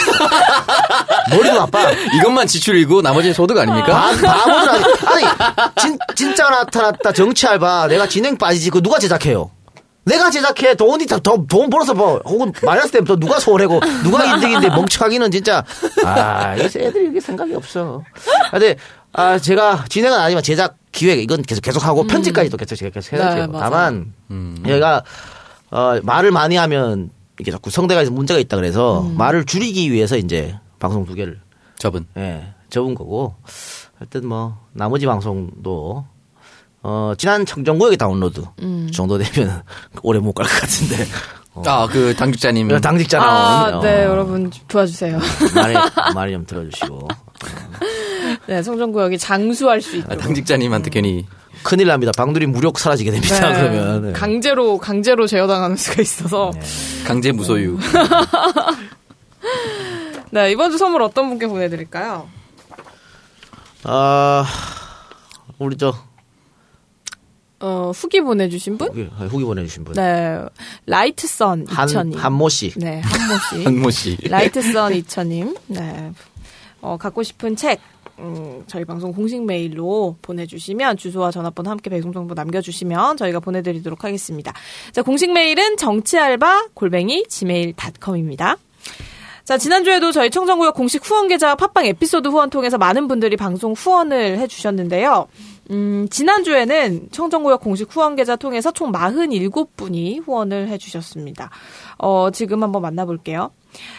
C: 머리도 나빠.
D: *laughs* 이것만 지출이고 나머지는 소득 아닙니까?
C: 바, 바보들 아. 아니, 아니 진, 진짜 나타났다 정치 알바 내가 진행 빠지지 그거 누가 제작해요? 내가 제작해 돈이 더돈 벌어서 뭐 혹은 마이너스 되면 또 누가 소홀해고 누가 이득인데 멍청하기는 진짜 아이 애들이 이게 생각이 없어. 근데 아 제가 진행은 아니지만 제작 기획 이건 계속 계속 하고 편집까지도 계속 제가 계속 해요.
B: 네, 맞아요.
C: 다만 얘가 어, 말을 많이 하면 이게 자꾸 성대가 문제가 있다 그래서 말을 줄이기 위해서 이제 방송 두 개를
D: 저분.
C: 예, 접은 거고. 하여튼 뭐, 나머지 방송도, 어, 지난 청정구역에 다운로드
B: 음.
C: 정도 되면 *laughs* 오래 못 갈 것 같은데. 어,
D: 아, 그 당직자님.
C: 이거 당직자 나오는.
B: 음. 아, 네, 여러분
C: *laughs*
B: 도와주세요.
C: 어, 말에, 말에 좀 들어주시고.
B: 네, 성정구역이 장수할 수 있도록.
D: 아,
C: 아,
D: 당직자님한테 괜히
C: 큰일 납니다. 방들이 무력 사라지게 됩니다.
B: 네,
C: 그러면. 네.
B: 강제로 강제로 제어당하는 수가 있어서. 네.
D: 강제 무소유.
B: 네, 이번 주 선물 어떤 분께 보내드릴까요?
C: 아, 우리 저,
B: 어, 후기 보내주신 분?
C: 후기, 아, 후기 보내주신 분.
B: 네, 라이트선
C: 한,
B: 2000님.
C: 한모 씨.
B: 네, 한모 씨.
D: 한모 씨. *laughs*
B: 라이트선 2000님. 네. 어, 갖고 싶은 책, 음, 저희 방송 공식 메일로 보내주시면 주소와 전화번호 함께 배송정보 남겨주시면 저희가 보내드리도록 하겠습니다. 자, 공식 메일은 정치알바 골뱅이 gmail.com입니다. 자, 지난주에도 저희 청정구역 공식 후원 계좌 팟빵 에피소드 후원 통해서 많은 분들이 방송 후원을 해주셨는데요. 음, 지난주에는 청정구역 공식 후원 계좌 통해서 총 47분이 후원을 해주셨습니다. 어, 지금 한번 만나볼게요.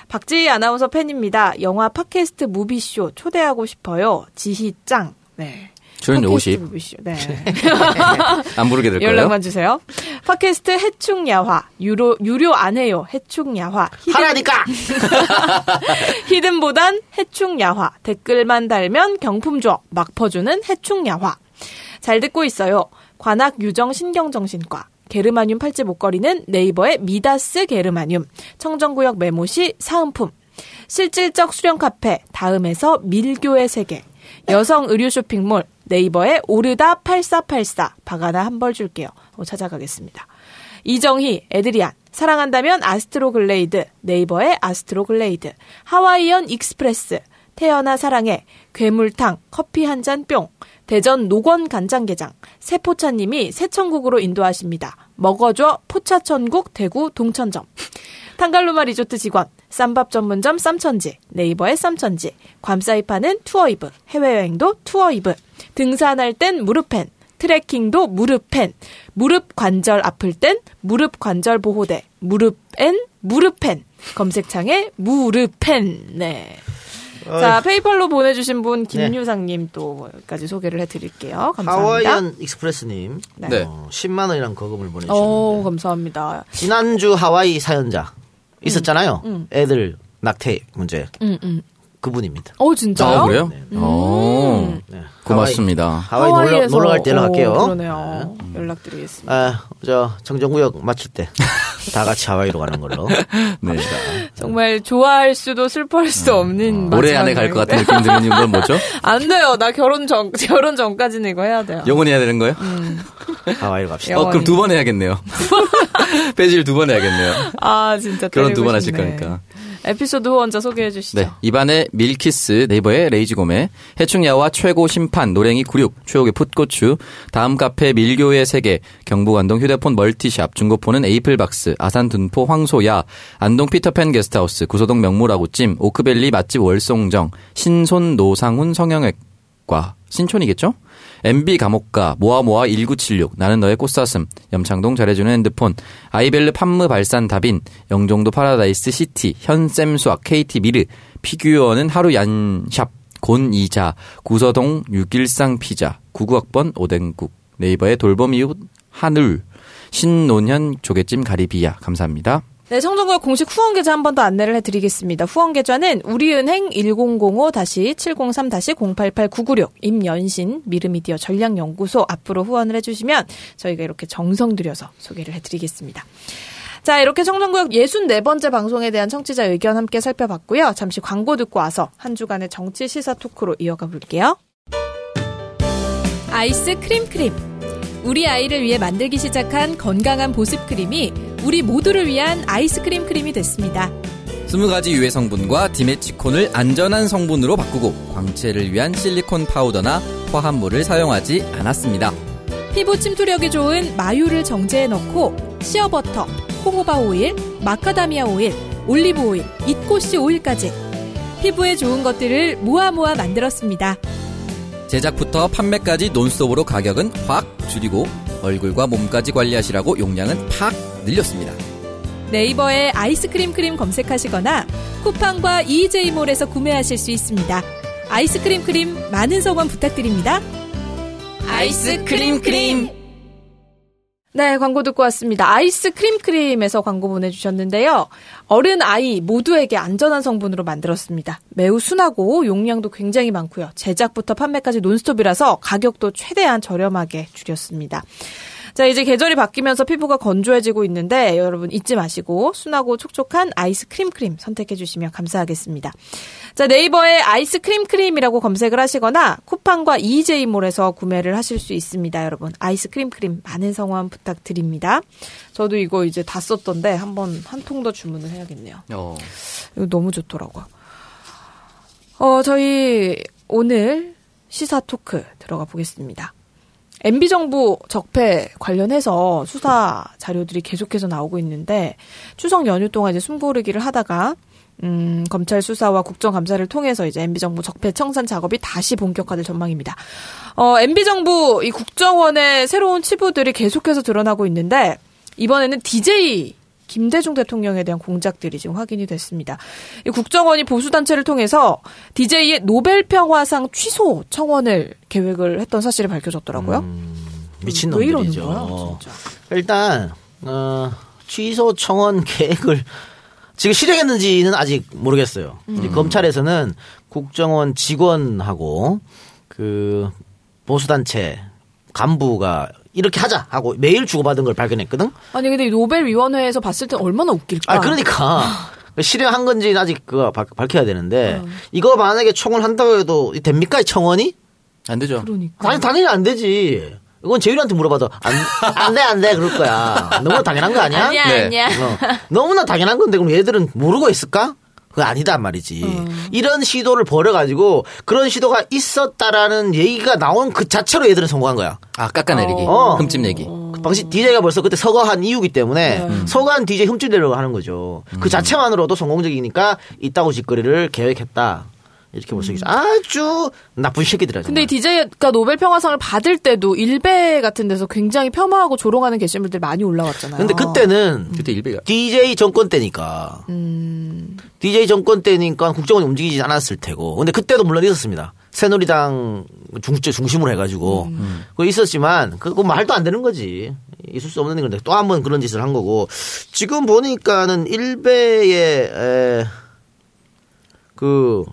B: 박지희 아나운서 팬입니다. 영화 팟캐스트 무비쇼 초대하고 싶어요. 지희 짱. 네.
D: 출연
B: 팟캐스트
D: 50.
B: 무비쇼. 네.
D: 안 부르게 될 거예요.
B: 연락만 주세요. 팟캐스트 해충야화. 유료, 유료 안 해요. 해충야화.
C: 하라니까!
B: *laughs* 히든보단 해충야화. 댓글만 달면 경품 줘. 막 퍼주는 해충야화. 잘 듣고 있어요. 관악 유정 신경정신과. 게르마늄 팔찌 목걸이는 네이버의 미다스 게르마늄. 청정구역 메모시 사은품. 실질적 수련 카페. 다음에서 밀교의 세계. 여성 의류 쇼핑몰. 네이버의 오르다 8484. 박아나 한 벌 줄게요. 어, 찾아가겠습니다. 이정희, 에드리안, 사랑한다면 아스트로 글레이드, 네이버의 아스트로 글레이드, 하와이언 익스프레스, 태연아 사랑해, 괴물탕, 커피 한 잔 뿅, 대전 노건 간장게장, 세포차님이 새천국으로 인도하십니다. 먹어줘 포차천국 대구 동천점. 탄갈루마 리조트 직원, 쌈밥 전문점 쌈천지, 네이버의 쌈천지, 괌사이파는 투어이브, 해외여행도 투어이브, 등산할 땐 무릎펜, 트레킹도 무릎펜, 무릎 관절 아플 땐 무릎 관절 보호대, 무릎앤 무릎펜, 검색창에 무릎펜, 네. *laughs* 자, 페이팔로 보내주신 분, 김유상님 또 여기까지 소개를 해드릴게요. 감사합니다.
C: 네. 하와이안 익스프레스님.
B: 네.
D: 네.
C: 어, 10만원이란 거금을 보내주셨는데.
B: 오, 어, 감사합니다.
C: 지난주 하와이 사연자 있었잖아요. 애들 낙태 문제.
B: 음, 음.
C: 그분입니다.
B: 어, 진짜요?
D: 아, 그래요? 어.
C: 네.
D: 고맙습니다.
C: 하와이, 하와이 놀러,
B: 하와이에서-
C: 놀러 갈 때 연락할게요.
B: 오, 그러네요. 연락드리겠습니다.
C: 아, 저 청정구역 마칠 때 다 같이 하와이로 가는
B: *laughs*
C: 걸로.
D: 네.
B: 정말 좋아할 수도 슬퍼할 수도 없는
D: 음. 올해
B: 마지막
D: 안에 갈 것 같은
B: 날인데.
D: 느낌 드는 건 뭐죠?
B: 안 돼요. 나 결혼 전 *laughs* 결혼 전까지는 이거 해야 돼요.
D: 영원히 해야 되는 거예요?
C: 하와이로 갑시다.
B: 영-
D: 어, 그럼 두 번 해야겠네요. 배질 두 번 해야겠네요.
B: 아 진짜
D: 결혼
B: 때리고
D: 두번 하실
B: 싶네.
D: 거니까.
B: 에피소드 후원자 소개해 주시죠.
D: 네. 입안의 밀키스, 네이버의 레이지곰의 해충야와 최고 심판, 노랭이 96, 최옥의 풋고추, 다음 카페 밀교의 세계, 경북안동 휴대폰 멀티샵, 중고폰은 에이플박스, 아산 둔포 황소야, 안동 피터팬 게스트하우스, 구소동 명물아구찜, 오크밸리 맛집 월송정, 신손 노상훈 성형외과, 신촌이겠죠? MB 감옥가, 모아모아 1976, 나는 너의 꽃사슴, 염창동 잘해주는 핸드폰, 아이벨르 판무 발산 다빈, 영종도 파라다이스 시티, 현쌤수학, KT 미르, 피규어는 하루 얀샵, 곤이자, 구서동 6일상 피자, 99학번 오뎅국, 네이버의 돌봄이웃 하늘, 신논현 조개찜 가리비야. 감사합니다.
B: 네, 청정구역 공식 후원 계좌 한 번 더 안내를 해드리겠습니다. 후원 계좌는 우리은행 1005-703-088996 임연신 미르미디어 전략연구소 앞으로 후원을 해주시면 저희가 이렇게 정성 들여서 소개를 해드리겠습니다. 자, 이렇게 청정구역 64번째 방송에 대한 청취자 의견 함께 살펴봤고요. 잠시 광고 듣고 와서 한 주간의 정치 시사 토크로 이어가 볼게요.
E: 아이스 크림 크림. 우리 아이를 위해 만들기 시작한 건강한 보습 크림이 우리 모두를 위한 아이스크림 크림이 됐습니다.
D: 20가지 유해 성분과 디메치콘을 안전한 성분으로 바꾸고 광채를 위한 실리콘 파우더나 화합물을 사용하지 않았습니다.
E: 피부 침투력이 좋은 마유를 정제해 넣고 시어버터, 홍오바 오일, 마카다미아 오일, 올리브 오일, 잇꼬씨 오일까지 피부에 좋은 것들을 모아 모아 만들었습니다.
D: 제작부터 판매까지 논스톱으로 가격은 확 줄이고 얼굴과 몸까지 관리하시라고 용량은 팍 늘렸습니다.
E: 네이버에 아이스크림 크림 검색하시거나 쿠팡과 EJ몰에서 구매하실 수 있습니다. 아이스크림 크림 많은 성원 부탁드립니다. 아이스크림 크림.
B: 네, 광고 듣고 왔습니다. 아이스 크림크림에서 광고 보내주셨는데요. 어른, 아이 모두에게 안전한 성분으로 만들었습니다. 매우 순하고 용량도 굉장히 많고요. 제작부터 판매까지 논스톱이라서 가격도 최대한 저렴하게 줄였습니다. 자, 이제 계절이 바뀌면서 피부가 건조해지고 있는데 여러분 잊지 마시고 순하고 촉촉한 아이스크림 크림 선택해 주시면 감사하겠습니다. 자, 네이버에 아이스크림 크림이라고 검색을 하시거나 쿠팡과 EJ몰에서 구매를 하실 수 있습니다. 여러분, 아이스크림 크림 많은 성원 부탁드립니다. 저도 이거 이제 다 썼던데 한번 한 통 더 주문을 해야겠네요.
D: 어,
B: 이거 너무 좋더라고요. 어, 저희 오늘 시사 토크 들어가 보겠습니다. MB 정부 적폐 관련해서 수사 자료들이 계속해서 나오고 있는데 추석 연휴 동안 이제 숨고르기를 하다가 음, 검찰 수사와 국정감사를 통해서 이제 MB정부 적폐 청산 작업이 다시 본격화될 전망입니다. 어, MB정부 이 국정원의 새로운 치부들이 계속해서 드러나고 있는데, 이번에는 DJ 김대중 대통령에 대한 공작들이 지금 확인이 됐습니다. 이 국정원이 보수단체를 통해서 DJ의 노벨평화상 취소 청원을 계획을 했던 사실이 밝혀졌더라고요.
C: 음. 미친
B: 왜 이러는
C: 놈들이죠.
B: 거야, 진짜.
C: 일단 어, 취소 청원 *laughs* 계획을 지금 실행했는지는 아직 모르겠어요.
B: 음.
C: 이제 검찰에서는 국정원 직원하고 그 보수 단체 간부가 이렇게 하자 하고 매일 주고받은 걸 발견했거든.
B: 아니, 근데 이 노벨위원회에서 봤을 때 얼마나 웃길까? *laughs*
C: 아 그러니까 실행한 건지 는 아직 그거 밝- 밝혀야 되는데
B: 어.
C: 이거 만약에 청원 한다고 해도 됩니까 이 청원이?
D: 안 되죠.
B: 그러니까.
C: 아니 당연히 안 되지. 이건 재윤이한테 물어봐도 안안돼안돼 그럴 거야. 너무 당연한 거 아니야?
D: 네.
E: 아니야.
C: 어, 너무나 당연한 건데 그럼 얘들은 모르고 있을까? 그거 아니다 말이지. 이런 시도를 벌여가지고 그런 시도가 있었다라는 얘기가 나온 그 자체로 얘들은 성공한 거야.
D: 아 깎아내리기,
C: 어. 네.
D: 흠집 내기.
C: 그 당시 DJ가 벌써 그때 서거한 이유기 때문에 서거한 DJ 흠집내려고 하는 거죠. 그 자체만으로도 성공적이니까 이따구 짓거리를 계획했다. 이렇게 볼 수 있죠. 아주 나쁜 음. 새끼들이야.
B: 근데 이
C: 정말.
B: DJ가 노벨평화상을 받을 때도 일베 같은 데서 굉장히 폄하하고 조롱하는 게시물들 많이 올라왔잖아요.
C: 근데 그때는
D: 그때 일베가
C: DJ 정권 때니까. DJ 정권 때니까 국정원이 움직이지 않았을 테고. 근데 그때도 물론 있었습니다. 새누리당 중국제 중심으로 해가지고.
D: 음.
C: 그거 있었지만, 그거 말도 안 되는 거지. 있을 수 없는 건데 또 한 번 그런 짓을 한 거고. 지금 보니까는 일베의, 에, 그,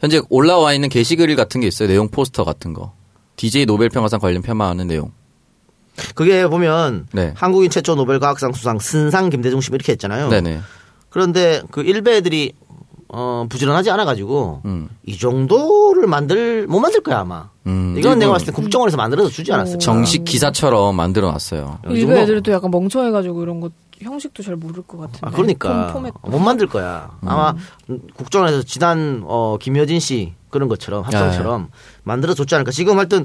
D: 현재 올라와 있는 게시글 같은 게 있어요. 내용 포스터 같은 거. DJ 노벨평화상 관련 폄하하는 내용.
C: 그게 보면
D: 네.
C: 한국인 최초 노벨과학상 수상 순상 김대중 씨 이렇게 했잖아요.
D: 네네.
C: 그런데 그 일베들이 어 부지런하지 않아 가지고
D: 음.
C: 이 정도를 만들 못 만들 거야 아마.
D: 음,
C: 이건 내가
D: 일본.
C: 봤을 때 국정원에서 만들어서 주지 않았을까.
D: 정식 기사처럼 만들어놨어요.
C: 요즘 뭐
B: 일베 애들은 또 약간 멍청해가지고 이런 거 형식도 잘 모를 것 같은데.
C: 아, 그러니까.
B: 폼, 포맷.
C: 못 만들 거야. 아마 국정원에서 지난, 어, 김여진 씨 그런 것처럼, 합성처럼 만들어줬지 않을까. 지금 하여튼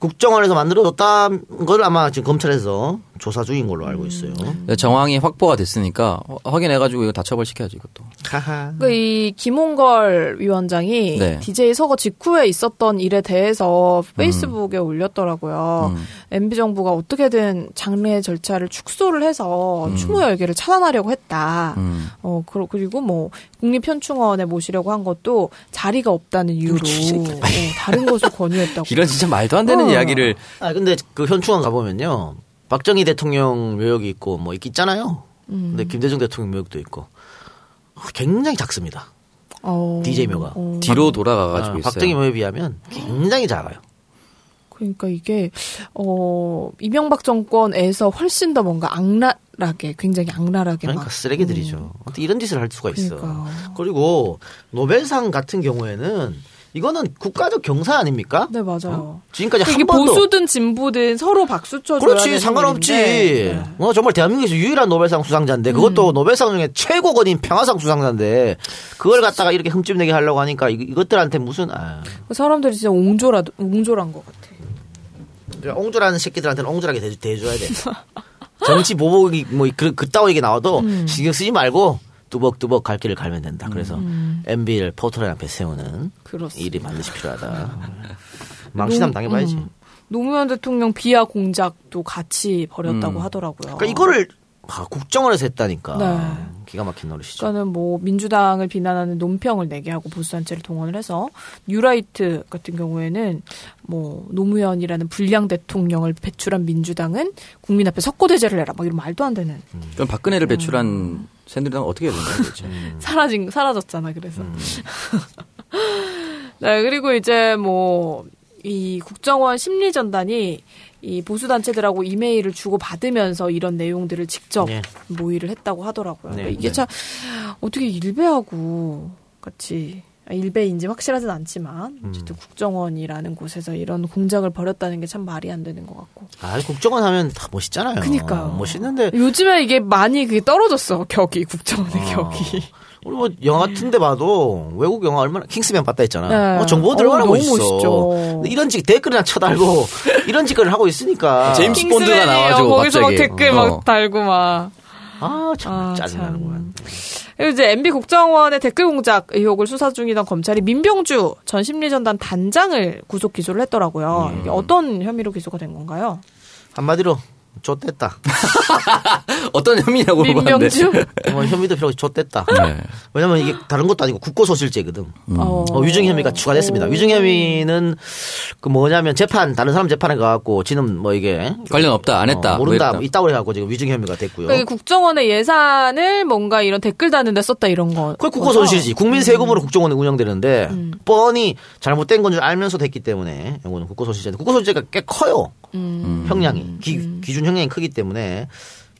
C: 국정원에서 만들어줬다는 걸 아마 지금 검찰에서 조사 중인 걸로 알고 있어요.
D: 정황이 확보가 됐으니까 어, 확인해가지고 이거 다 처벌시켜야지 이것도.
C: 하하.
B: 그러니까 이 김홍걸 위원장이
D: 네.
B: DJ 서거 직후에 있었던 일에 대해서 페이스북에 올렸더라고요.
D: 음.
B: MB 정부가 어떻게든 장례 절차를 축소를 해서 추모 열기를 차단하려고 했다.
D: 음.
B: 어 그러, 그리고 뭐 국립현충원에 모시려고 한 것도 자리가 없다는 이유로 어, 다른 것을 권유했다고.
D: 이런 진짜 말도 안 되는
B: 어.
D: 이야기를
C: 아, 근데 그 현충원 가보면요. 박정희 대통령 묘역이 있고 뭐 있- 있잖아요.
B: 음.
C: 근데 김대중 대통령 묘역도 있고. 아, 굉장히 작습니다.
B: 어,
C: DJ 묘가.
B: 어,
D: 뒤로 돌아가가지고
C: 아,
D: 있어요.
C: 박정희 묘에 비하면 굉장히 작아요.
B: 그러니까 이게 어 이명박 정권에서 훨씬 더 뭔가 악랄하게 굉장히 악랄하게
C: 그러니까
B: 막
C: 쓰레기들이죠. 어떻게 이런 짓을 할 수가 있어.
B: 그러니까요.
C: 그리고 노벨상 같은 경우에는 이거는 국가적 경사 아닙니까?
B: 네 맞아요.
C: 지금까지
B: 이게
C: 한 번도
B: 보수든 진보든 서로 박수 쳐줘야
C: 그렇지
B: 되는 네.
C: 상관없지.
B: 일인데.
C: 어, 정말 대한민국에서 유일한 노벨상 수상자인데
B: 음.
C: 그것도 노벨상 중에 최고권인 평화상 수상자인데 그걸 갖다가 이렇게 흠집내게 하려고 하니까 이- 이것들한테 무슨 아,
B: 그 사람들이 진짜 옹졸하 옹졸한 것 같아.
C: 옹졸하는 새끼들한테는 옹졸하게 대주, 대줘야
B: *laughs*
C: 돼. 정치 보복이 뭐 그, 그따위 얘기 나와도
B: 음.
C: 신경 쓰지 말고 뚜벅뚜벅 갈 길을 갈면 된다. 그래서 MB를 포털 앞에 세우는
B: 음. 그렇습니다. 음.
C: 일이 반드시 필요하다. 망신함 당해봐야지.
B: 노무현 대통령 비하 공작도 같이 벌였다고 하더라고요.
C: 그러니까 이거를 아, 국정원에서 했다니까.
B: 네.
C: 기가 막힌 노릇이죠.
B: 그러니까는 뭐 민주당을 비난하는 논평을 내게 하고 보수단체를 동원을 해서 뉴라이트 같은 경우에는 뭐 노무현이라는 불량 대통령을 배출한 민주당은 국민 앞에 석고대죄를 내라 막 이런 말도 안 되는
D: 그럼 박근혜를 배출한 새누리당 어떻게 해야 되나요? 도대체?
C: 음.
B: 사라진 사라졌잖아 그래서 *laughs* 네 그리고 이제 뭐 이 국정원 심리전단이 이 보수단체들하고 이메일을 주고받으면서 이런 내용들을 직접
C: 네.
B: 모의를 했다고 하더라고요.
C: 네,
B: 이게
C: 네.
B: 참 어떻게 일베하고 같이 아, 일베인지 확실하진 않지만
C: 음.
B: 어쨌든 국정원이라는 곳에서 이런 공작을 벌였다는 게 참 말이 안 되는 것 같고
C: 아, 국정원 하면 다 멋있잖아요. 어,
B: 그니까요.
C: 멋있는데
B: 요즘에 이게 많이 그게 떨어졌어 격이 국정원의
C: 아.
B: 격이
C: 우리 뭐 영화 같은데 봐도 외국 영화 얼마나 킹스맨 봤다 했잖아.
B: 네.
C: 어, 정보들
B: 어,
C: 얼마나
B: 너무
C: 멋있어.
B: 멋있죠.
C: 근데 이런 짓
B: *laughs*
C: 댓글이나 쳐달고 이런 짓거리를 하고 있으니까
D: 아, 제임스 본드가 나와가지고
B: 아. 거기서 막
D: 갑자기.
B: 댓글
D: 어.
B: 막 달고 막
C: 아참
B: 아,
C: 짜증나는구만.
B: 그리고 이제 MB 국정원의 댓글 공작 의혹을 수사 중이던 검찰이 민병주 전 심리전단 단장을 구속 기소를 했더라고요.
D: 음.
B: 이게 어떤 혐의로 기소가 된 건가요?
C: 한마디로 좆됐다.
D: *laughs* *laughs* 어떤 혐의냐고 물어봤는데. *laughs*
B: 민병주?
C: 뭐 혐의도 필요 없이 좆됐다.
D: 네. 음.
C: 왜냐면 이게 다른 것도 아니고 국고소실죄거든.
B: 어.
C: 어, 위증 혐의가 추가됐습니다. 위증 혐의는 그 뭐냐면 재판 다른 사람 재판에 가갖고 지금 뭐 이게
D: 관련 없다, 안 했다.
C: 어,
D: 뭐
C: 모른다
D: 이랬다.
C: 있다고 해갖고 지금 위증 혐의가 됐고요.
B: 그러니까 이게 국정원의 예산을 뭔가 이런 댓글 다는데 썼다 이런 거.
C: 그게 국고 손실이지. 국민 세금으로 국정원이 운영되는데 뻔히 잘못된 건 줄 알면서 됐기 때문에 이거는 국고 손실인데 국고 손실가 꽤 커요. 형량이 기, 준 형량이 크기 때문에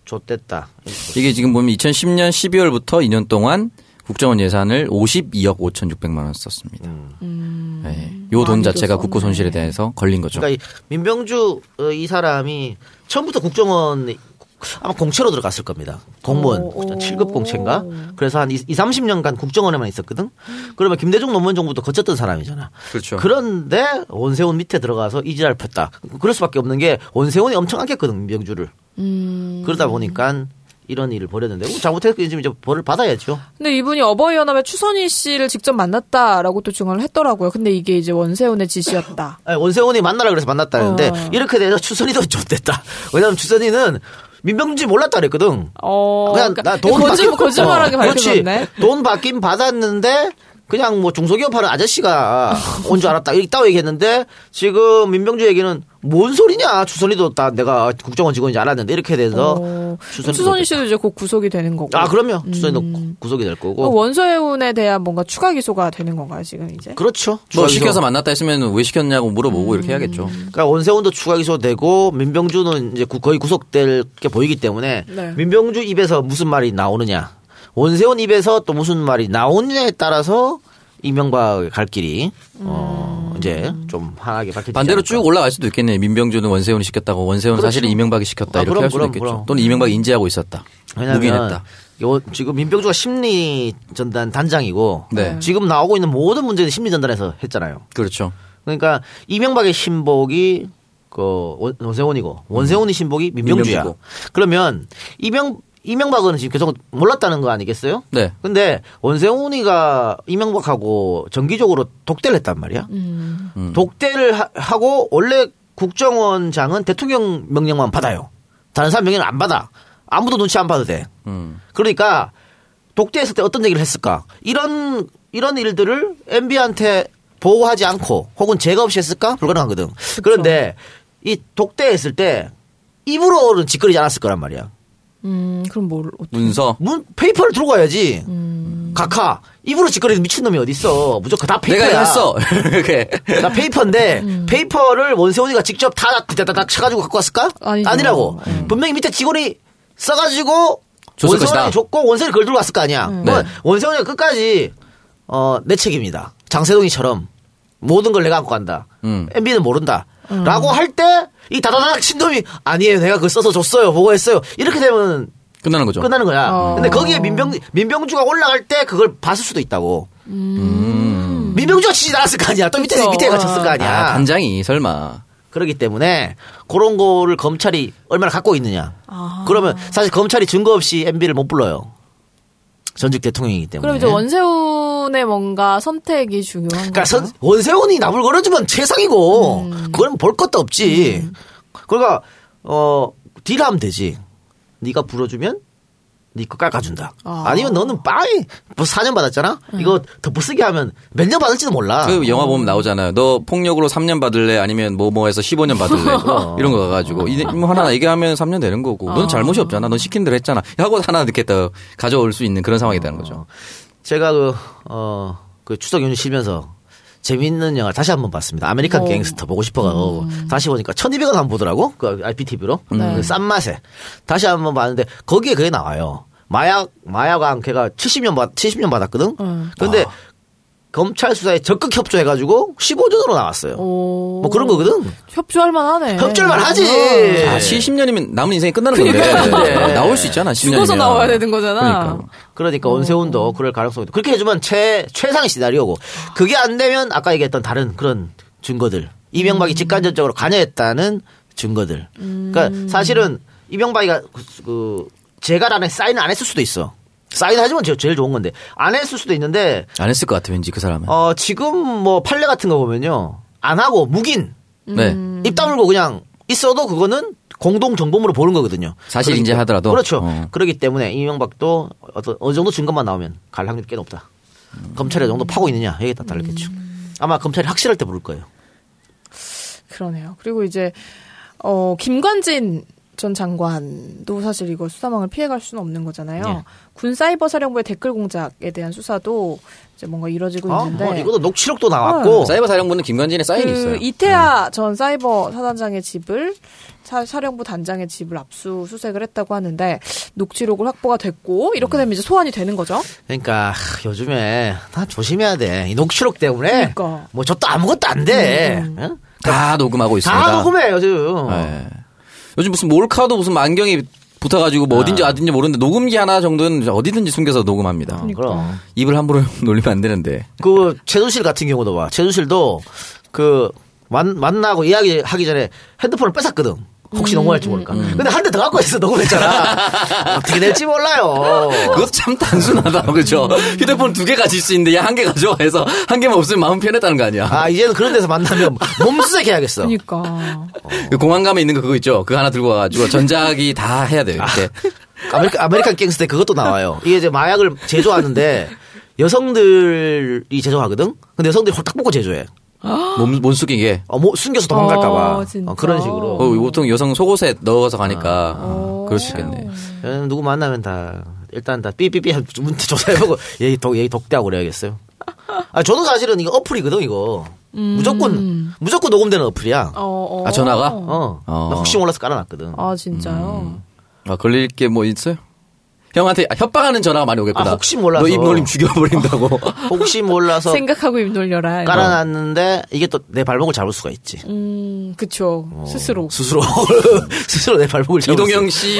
C: 좆됐다.
D: 이게 지금 보면 2010년 12월부터 2년 동안 국정원 예산을 52억 5,600만 원 썼습니다.
C: 음.
D: 네. 요돈
B: 음. 많이도
D: 자체가
B: 썼네.
D: 국고 손실에 대해서 걸린 거죠.
C: 그러니까 이 민병주 어, 이 사람이 처음부터 국정원 아마 공채로 들어갔을 겁니다. 공무원
B: 오, 오.
C: 7급 공채인가? 그래서 한 2, 30년간 국정원에만 있었거든. 그러면 김대중 노무현 정부도 거쳤던 사람이잖아.
D: 그렇죠.
C: 런데 원세훈 밑에 들어가서 이지랄 폈다. 그럴 수밖에 없는 게 원세훈이 엄청 아꼈거든 민병주를.
B: 음.
C: 그러다 보니까 이런 일을 벌였는데 어, 잘못했기 지금 이제 벌을 받아야죠.
B: 근데 이분이 어버이연합의 추선희 씨를 직접 만났다라고 또 증언을 했더라고요. 근데 이게 이제 원세훈의 지시였다.
C: 아니, 원세훈이 만나라 그래서 만났다는데
B: 어.
C: 이렇게 돼서 추선이도 좋됐다. 왜냐하면 추선이는 민병주인지 몰랐다 그랬거든.
B: 어,
C: 그냥
B: 그러니까
C: 나 돈
B: 거짓,
C: 받긴
B: 거짓말하게
C: 어, 그렇지.
B: 밝혀졌네.
C: 돈 받긴 받았는데 그냥 뭐 중소기업 하는 아저씨가 온 줄 알았다. 이따고 얘기했는데 지금 민병주 얘기는 뭔 소리냐. 추선이도 다 내가 국정원 직원인지 알았는데 이렇게 돼서
B: 어,
C: 추선이도
B: 추선희
C: 좋댔다.
B: 씨도 이제 곧 구속이 되는 거고. 어,
C: 아 그럼요. 추선이도
B: 음.
C: 구- 구속이 될 거고.
B: 뭐 원서해운에 대한 뭔가 추가 기소가 되는 건가요 지금 이제?
C: 그렇죠.
D: 뭐
C: 추가 기소.
D: 시켜서 만났다 했으면 왜 시켰냐고 물어보고 이렇게 해야겠죠.
C: 그러니까 원세훈도 추가 기소되고 민병주는 이제 구- 거의 구속될 게 보이기 때문에
B: 네.
C: 민병주 입에서 무슨 말이 나오느냐 원세훈 입에서 또 무슨 말이 나오느냐에 따라서 이명박의 갈 길이 어, 이제 좀 환하게 밝혀지지
D: 반대로
C: 않을까.
D: 쭉 올라갈 수도 있겠네. 민병주는 원세훈이 시켰다고 원세훈 은 사실은 이명박이 시켰다
C: 아,
D: 이렇게
C: 그럼,
D: 할 수도
C: 그럼,
D: 있겠죠.
C: 그럼.
D: 또는 이명박이 인지하고 있었다.
C: 왜냐면
D: 묵인했다.
C: 요 지금 민병주가 심리 전단 단장이고
D: 네.
C: 지금 나오고 있는 모든 문제는 심리 전단에서 했잖아요.
D: 그렇죠.
C: 그러니까 이명박의 신복이 그 원- 원세훈이고 원세훈의 신복이 민병주야.
D: 민병주고.
C: 그러면 이명 이명박은 지금 계속 몰랐다는 거 아니겠어요?
D: 네.
C: 근데 원세훈이가 이명박하고 정기적으로 독대를 했단 말이야.
D: 음.
C: 독대를 하- 하고 원래 국정원장은 대통령 명령만 받아요. 다른 사람 명령 안 받아. 아무도 눈치 안 봐도 돼.
D: 음.
C: 그러니까 독대했을 때 어떤 얘기를 했을까? 이런 이런 일들을 MB한테 보호하지 않고 혹은 제가 없이 했을까? 불가능하거든. 그런데이 독대했을 때 입으로는 짓거리지 않았을 거란 말이야.
B: 음, 그럼 뭘, 어떻게.
D: 문서.
C: 문 페이퍼를 들고 가야지. 각하 입으로 짓거리는 미친놈이 어디 있어? 무조건 다 페이퍼야.
D: 내가 이거 했어. *laughs* 이렇게.
C: 나 페이퍼인데
B: 음.
C: 페이퍼를 원세훈이가 직접 다 다다닥 쳐가지고 갖고 왔을까?
B: 아니죠. 네.
C: 라고 분명히 밑에 직원이 써가지고
D: 줬을 것이다.
C: 원세훈이 줬고 원세훈이 그걸 들고 왔을 거 아니야. 그건
D: 네.
C: 원세훈이가 끝까지 어, 내 책임이다. 장세동이처럼 모든 걸 내가 안고 간다.
D: 음.
C: MB는 모른다. 라고 할 때 이 다다닥 신놈이 아니에요. 내가 그걸 써서 줬어요. 보고했어요. 이렇게 되면
D: 끝나는 거죠.
C: 끝나는 거야.
B: 어.
C: 근데 거기에 민병 민병주가 올라갈 때 그걸 봤을 수도 있다고.
D: 음.
C: 민병주가 치지 않았을 거 아니야. 또 밑에
B: 그쵸.
C: 밑에가 쳤을 거 아니야.
D: 아, 단장이 설마.
C: 그렇기 때문에 그런 거를 검찰이 얼마나 갖고 있느냐.
B: 아.
C: 그러면 사실 검찰이 증거 없이 MB를 못 불러요. 전직 대통령이기 때문에.
B: 그럼 이제 원세훈의 뭔가 선택이 중요한
C: 네. 그러니까
B: 거죠. 음.
C: 선- 원세훈이 나불 걸어주면 최상이고 그건 볼 것도 없지. 그러니까 어 딜하면 되지. 네가 불어주면 네거 깎아준다.
B: 아. 음.
C: 아. 니면 너는 빵이 뭐 4년 받았잖아. 이거 덮어쓰기 하면 몇 년 받을지도 몰라.
D: 그 영화 보면 나오잖아요. 너 폭력으로 3년 받을래? 아니면 뭐뭐해서 15년
C: *laughs*
D: 받을래?
C: 어.
D: 이런 거 가가지고 이제 뭐 하나 얘기하면 3년 되는 거고. 넌 잘못이 없잖아. 넌 시킨 대로 했잖아. 하고 하나 이렇게 더 가져올 수 있는 그런 상황이 되는 거죠.
C: 제가 그, 어, 그 추석 연휴 쉬면서 재미있는 영화 다시 한번 봤습니다. 아메리칸 갱스터 보고 싶어가지고 다시 보니까 1200원 한 번 보더라고. 그 IPTV로. 싼 맛에. 다시 한번 봤는데 거기에 그게 나와요. 마약, 마약왕 걔가 70년 받, 70년 받았거든. 근데 검찰 수사에 적극 협조해가지고 15년으로 나왔어요.
B: 오.
C: 뭐 그런 거거든.
B: 협조할 만하네. 어,
C: 협조할만 하지.
B: 예.
D: 아, 70년이면 남은 인생이 끝나는 건데
C: 그러니까.
D: 나올 수 있잖아. 10년이면.
B: 죽어서 나와야 되는 거잖아.
D: 그러니까.
C: 그러니까 원세훈도 그럴 가능성이 있다. 그렇게 해주면 최, 최상의 시나리오고 그게 안 되면 아까 얘기했던 다른 그런 증거들 이명박이 직간접적으로 관여했다는 증거들 그러니까 사실은 이명박이가 그, 그 제갈 안에 사인을 안 했을 수도 있어 사인하지만 제- 제일 좋은 건데 안 했을 수도 있는데
D: 안 했을 것 같아 왠지 그 사람은.
C: 어 지금 뭐 판례 같은 거 보면요 안 하고 묵인
D: 네.
C: 음. 입 다물고 그냥 있어도 그거는 공동 정범으로 보는 거거든요.
D: 사실
C: 그러기
D: 인지하더라도.
C: 때- 그렇죠.
D: 어.
C: 그렇기 때문에 이명박도 어떤 어느 정도 증거만 나오면 갈 확률이 꽤 높다. 검찰이 어느 정도 파고 있느냐 여기에 따라
B: 음.
C: 다르겠죠. 아마 검찰이 확실할 때 부를 거예요.
B: 그러네요. 그리고 이제 어 김관진 전 장관도 사실 이거 수사망을 피해갈 수는 없는 거잖아요.
C: 예.
B: 군 사이버 사령부의 댓글 공작에 대한 수사도 이제 뭔가 이뤄지고
C: 아,
B: 있는데
C: 뭐 이것도 녹취록도 나왔고
D: 어. 사이버 사령부는 김관진의 사인이 있어요. 네.
B: 그 이태아 전 사이버 사단장의 집을 사, 사령부 단장의 집을 압수수색을 했다고 하는데 녹취록을 확보가 됐고 이렇게 되면 이제 소환이 되는 거죠.
C: 그러니까 하, 요즘에 다 조심해야 돼. 이 녹취록 때문에
B: 그러니까. 음.
C: 뭐 저도 아무것도 안 돼. 응?
D: 다 녹음하고 있습니다.
C: 다 녹음해 요즘.
D: 예. 요즘 무슨 몰카도 무슨 안경이 붙어가지고 뭐 어딘지 어딘지 모르는데 녹음기 하나 정도는 어디든지 숨겨서 녹음합니다.
B: 그러니까.
C: 그럼.
D: 입을 함부로 *laughs* 놀리면 안 되는데.
C: 그 최순실 같은 경우도 봐. 최순실도 그 만, 만나고 이야기하기 전에 핸드폰을 뺏었거든.
B: 음,
C: 혹시 넘어갈지 모를까. 근데 한 대 더 갖고 있어.
B: *laughs*
C: 녹음했잖아. 어떻게 될지 몰라요.
D: 그것도 참 단순하다, *laughs* 그죠? 휴대폰 두 개 가질 수 있는데, 얘 한 개 가져와 해서, 한 개만 없으면 마음 편했다는 거 아니야?
C: 아, 이제는 그런 데서 만나면 몸수색해야겠어.
B: 그러니까
D: 그 공항 가면 있는 거 그거 있죠? 그거 하나 들고 와가지고, 전자기 다 해야 돼요, 이렇게.
C: 아메리카, 아메리칸 갱스터 그것도 나와요. 이게 이제 마약을 제조하는데 여성들이 제조하거든? 근데 여성들이 홀딱 보고 제조해.
D: 몸, 몸 숙이게.
C: 어, 뭐 숨겨서 도망갈까봐.
B: 어,
C: 어,
B: 진짜.
C: 그런 식으로.
D: 어, 보통 여성 속옷에 넣어서 가니까, 아, 그럴 수 있겠네.
C: 예, 누구 만나면 다 일단 다 삐삐삐 한 문제 조사해보고 *laughs* 얘기 독 얘기 독대하고 그래야겠어요. 아 저도 사실은 이거 어플이거든 이거 무조건 무조건 녹음되는 어플이야.
B: 음. 어,
C: 어,
B: 어.
D: 아, 전화가?
C: 나 혹시 몰라서 깔아놨거든.
D: 음.
B: 아 진짜요.
D: 아, 걸릴 게 뭐 있어요? 형한테 아, 협박하는 전화가 많이 오겠구나.
C: 아, 혹시 몰라서. 어.
D: 너
C: *laughs*
D: 입놀림 죽여버린다고.
C: 혹시
B: *laughs*
C: 몰라서
B: 생각하고 입 놀려라.
C: 깔아놨는데 이게 또 내 발목을 잡을 수가 있지.
B: 음, 그쵸.
D: 어.
B: 스스로.
C: 스스로 *laughs* 스스로 내 발목을 잡을
D: 이동영 씨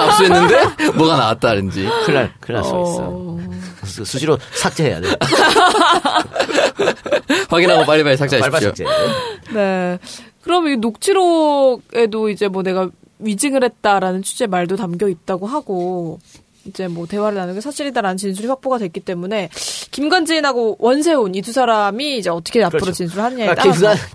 C: *laughs*
D: 압수했는데 뭐가 나왔다든지.
C: 수 큰일 날 큰일 날 수가 있어.
B: 어.
C: 수- 수시로 삭제해야 돼.
D: 확인하고
C: 발발
D: 빨리빨리 삭제하십시오.
C: 삭제.
B: *laughs*
C: 네.
B: 네. 그럼 이 녹취록에도 이제 뭐 내가 위증을 했다라는 취재 말도 담겨 있다고 하고 이제 뭐 대화를 나누는 게 사실이다라는 진술이 확보가 됐기 때문에 김관진하고 원세훈 이 두 사람이 이제 어떻게 앞으로
C: 그렇죠.
B: 진술하느냐에
D: 예,
C: 아,
B: 따라서
D: 뭐.
C: 김간,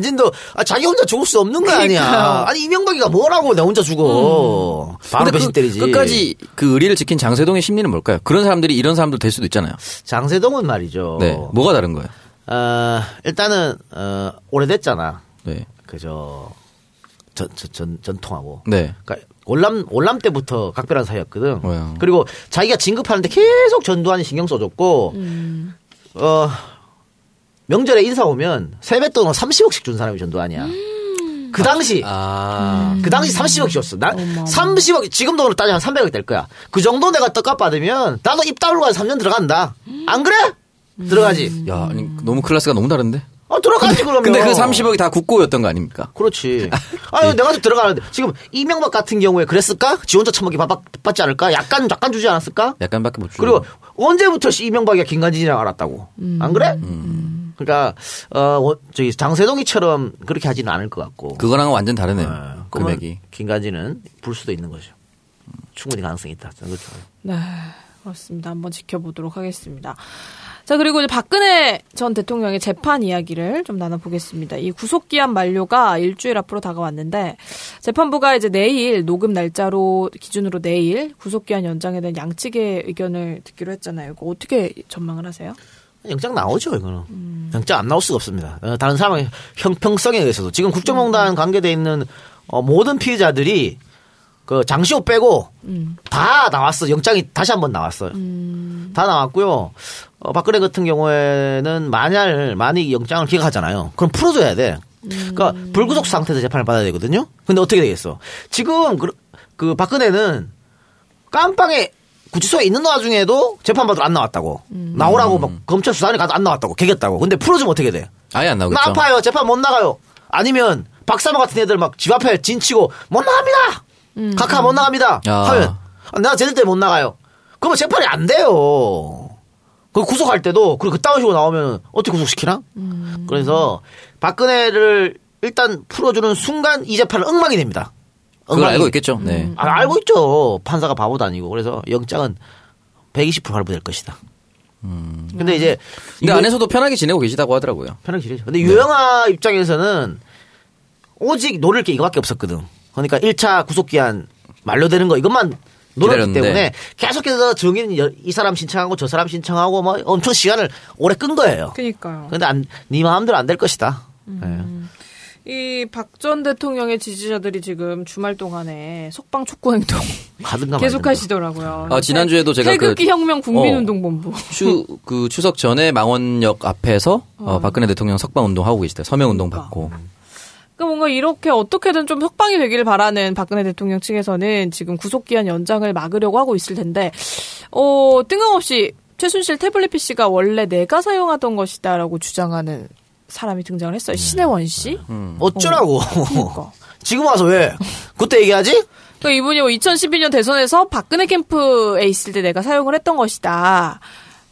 C: 김간진도 아, 자기 혼자 죽을 수 없는 거 아니야. 아니 이명박이가 뭐라고 내 혼자 죽어. 바로
D: 근데
C: 배신
D: 그-
C: 때리지.
D: 끝까지 그 의리를 지킨 장세동의 심리는 뭘까요? 그런 사람들이 이런 사람들 될 수도 있잖아요.
C: 장세동은 말이죠.
D: 네. 뭐가 다른 거예요?
C: 어, 일단은 어, 오래됐잖아.
D: 네.
C: 그저 전, 전, 전, 전통하고.
D: 네.
C: 그러니까 월남 월남 때부터 각별한 사이였거든.
D: 뭐야.
C: 그리고 자기가 진급하는데 계속 전두환이 신경 써줬고
D: 음.
C: 어 명절에 인사 오면 세뱃돈으로 30억씩 준 사람이 전두환이야.
D: 음.
C: 그 당시
D: 아.
C: 그 당시 30억 줬어. 나 30억 지금 돈으로 따지면 300억 될 거야. 그 정도 내가 떡값 받으면 나도 입 다물고 한 3년 들어간다. 안 그래? 음. 들어가지.
D: 야, 아니, 너무 클래스가 너무 다른데?
C: 어 들어가지 그러면.
D: 근데 그 30억이 다 국고였던 거 아닙니까? *laughs*
C: 그렇지. 아유, 내가 좀 들어가는데. 지금 이명박 같은 경우에 그랬을까? 지 혼자 처먹기 받, 받지 않을까? 약간, 약간 주지 않았을까?
D: 약간밖에 못 주고.
C: 그리고 언제부터 씨 이명박이가 김관진이랑 알았다고. 안 그래?
D: 음.
C: 그러니까, 어, 원- 저기 장세동이처럼 그렇게 하지는 않을 것 같고.
D: 그거랑은 완전 다르네요.
C: 어, 그러면
D: 금액이.
C: 김관진은 불 수도 있는 거죠. 충분히 가능성이 있다. 저는 그렇게 봐요.
B: 네. 그렇습니다. 한번 지켜보도록 하겠습니다. 자, 그리고 이제 박근혜 전 대통령의 재판 이야기를 좀 나눠보겠습니다. 이 구속기한 만료가 일주일 앞으로 다가왔는데, 재판부가 이제 내일, 녹음 날짜로, 기준으로 내일, 구속기한 연장에 대한 양측의 의견을 듣기로 했잖아요. 이거 어떻게 전망을 하세요?
C: 영장 나오죠, 이거는. 영장 안 나올 수가 없습니다. 어, 다른 사람의 형평성에 의해서도. 지금 국정농단 관계돼 있는 어, 모든 피해자들이 그 장시호 빼고 다 나왔어. 영장이 다시 한번 나왔어요. 다 나왔고요. 어, 박근혜 같은 경우에는 만약 만이 영장을 기각하잖아요. 그럼 풀어줘야 돼. 그러니까 불구속 상태에서 재판을 받아야 되거든요. 근데 어떻게 되겠어? 지금 그, 그 박근혜는 깜빵에 구치소에 있는 와중에도 재판받으러 안 나왔다고 나오라고
D: 음.
C: 막 검찰 수사관이 가도 안 나왔다고 개겼다고 근데 풀어주면 어떻게 돼?
D: 아예 안 나오겠죠.
C: 나 아파요 재판 못 나가요 아니면 박사모 같은 애들 막 집 앞에 진치고 못 나갑니다 각하 못 나갑니다
D: 아.
C: 하면 아, 내가 제대로 때문에 못 나가요 그러면 재판이 안 돼요 그 구속할 때도 그리고 그따위 식으로 나오면 어떻게 구속시키나 그래서 박근혜를 일단 풀어주는 순간 이 재판은 엉망이 됩니다
D: 그걸
C: 엉망이
D: 알고 있겠죠. 네.
C: 아, 알고 있죠. 판사가 바보도 아니고. 그래서 영장은 120% 할부될 것이다. 근데 이제
D: 음. 근데 안에서도 네. 편하게 지내고 계시다고 하더라고요.
C: 편하게 지내죠. 근데 유영아 입장에서는 오직 노릴 게 이거밖에 없었거든. 그러니까 1차 구속기한 만료되는 거 이것만 노렸기
D: 기다렸는데.
C: 때문에 계속해서 정인 이 사람 신청하고 저 사람 신청하고 뭐 엄청 시간을 오래 끈 거예요.
B: 그니까요.
C: 근데 안, 네 마음대로 안 될 것이다.
B: 음.
C: 예.
B: 이 박 전 대통령의 지지자들이 지금 주말 동안에 속방 촉구 행동
C: 예.
B: *laughs*
C: 하든가 말든가.
B: 계속하시더라고요. 그러니까
D: 아, 지난주에도 제가 그-
B: 태극기 혁명 국민운동본부.
D: 추, 그 추석 전에 망원역 앞에서 어, 박근혜 대통령 석방 운동 하고 계시대요. 서명 운동 받고.
B: 그러니까 뭔가 이렇게 어떻게든 좀 석방이 되길 바라는 박근혜 대통령 측에서는 지금 구속기한 연장을 막으려고 하고 있을 텐데, 어, 뜬금없이 최순실 태블릿 PC가 원래 내가 사용하던 것이다라고 주장하는 사람이 등장을 했어요. 신혜원 씨?
C: 음. 어쩌라고.
B: 그러니까.
C: *laughs* 지금 와서 왜 그때 얘기하지?
B: 그러니까 이분이 2012년 대선에서 박근혜 캠프에 있을 때 내가 사용을 했던 것이다.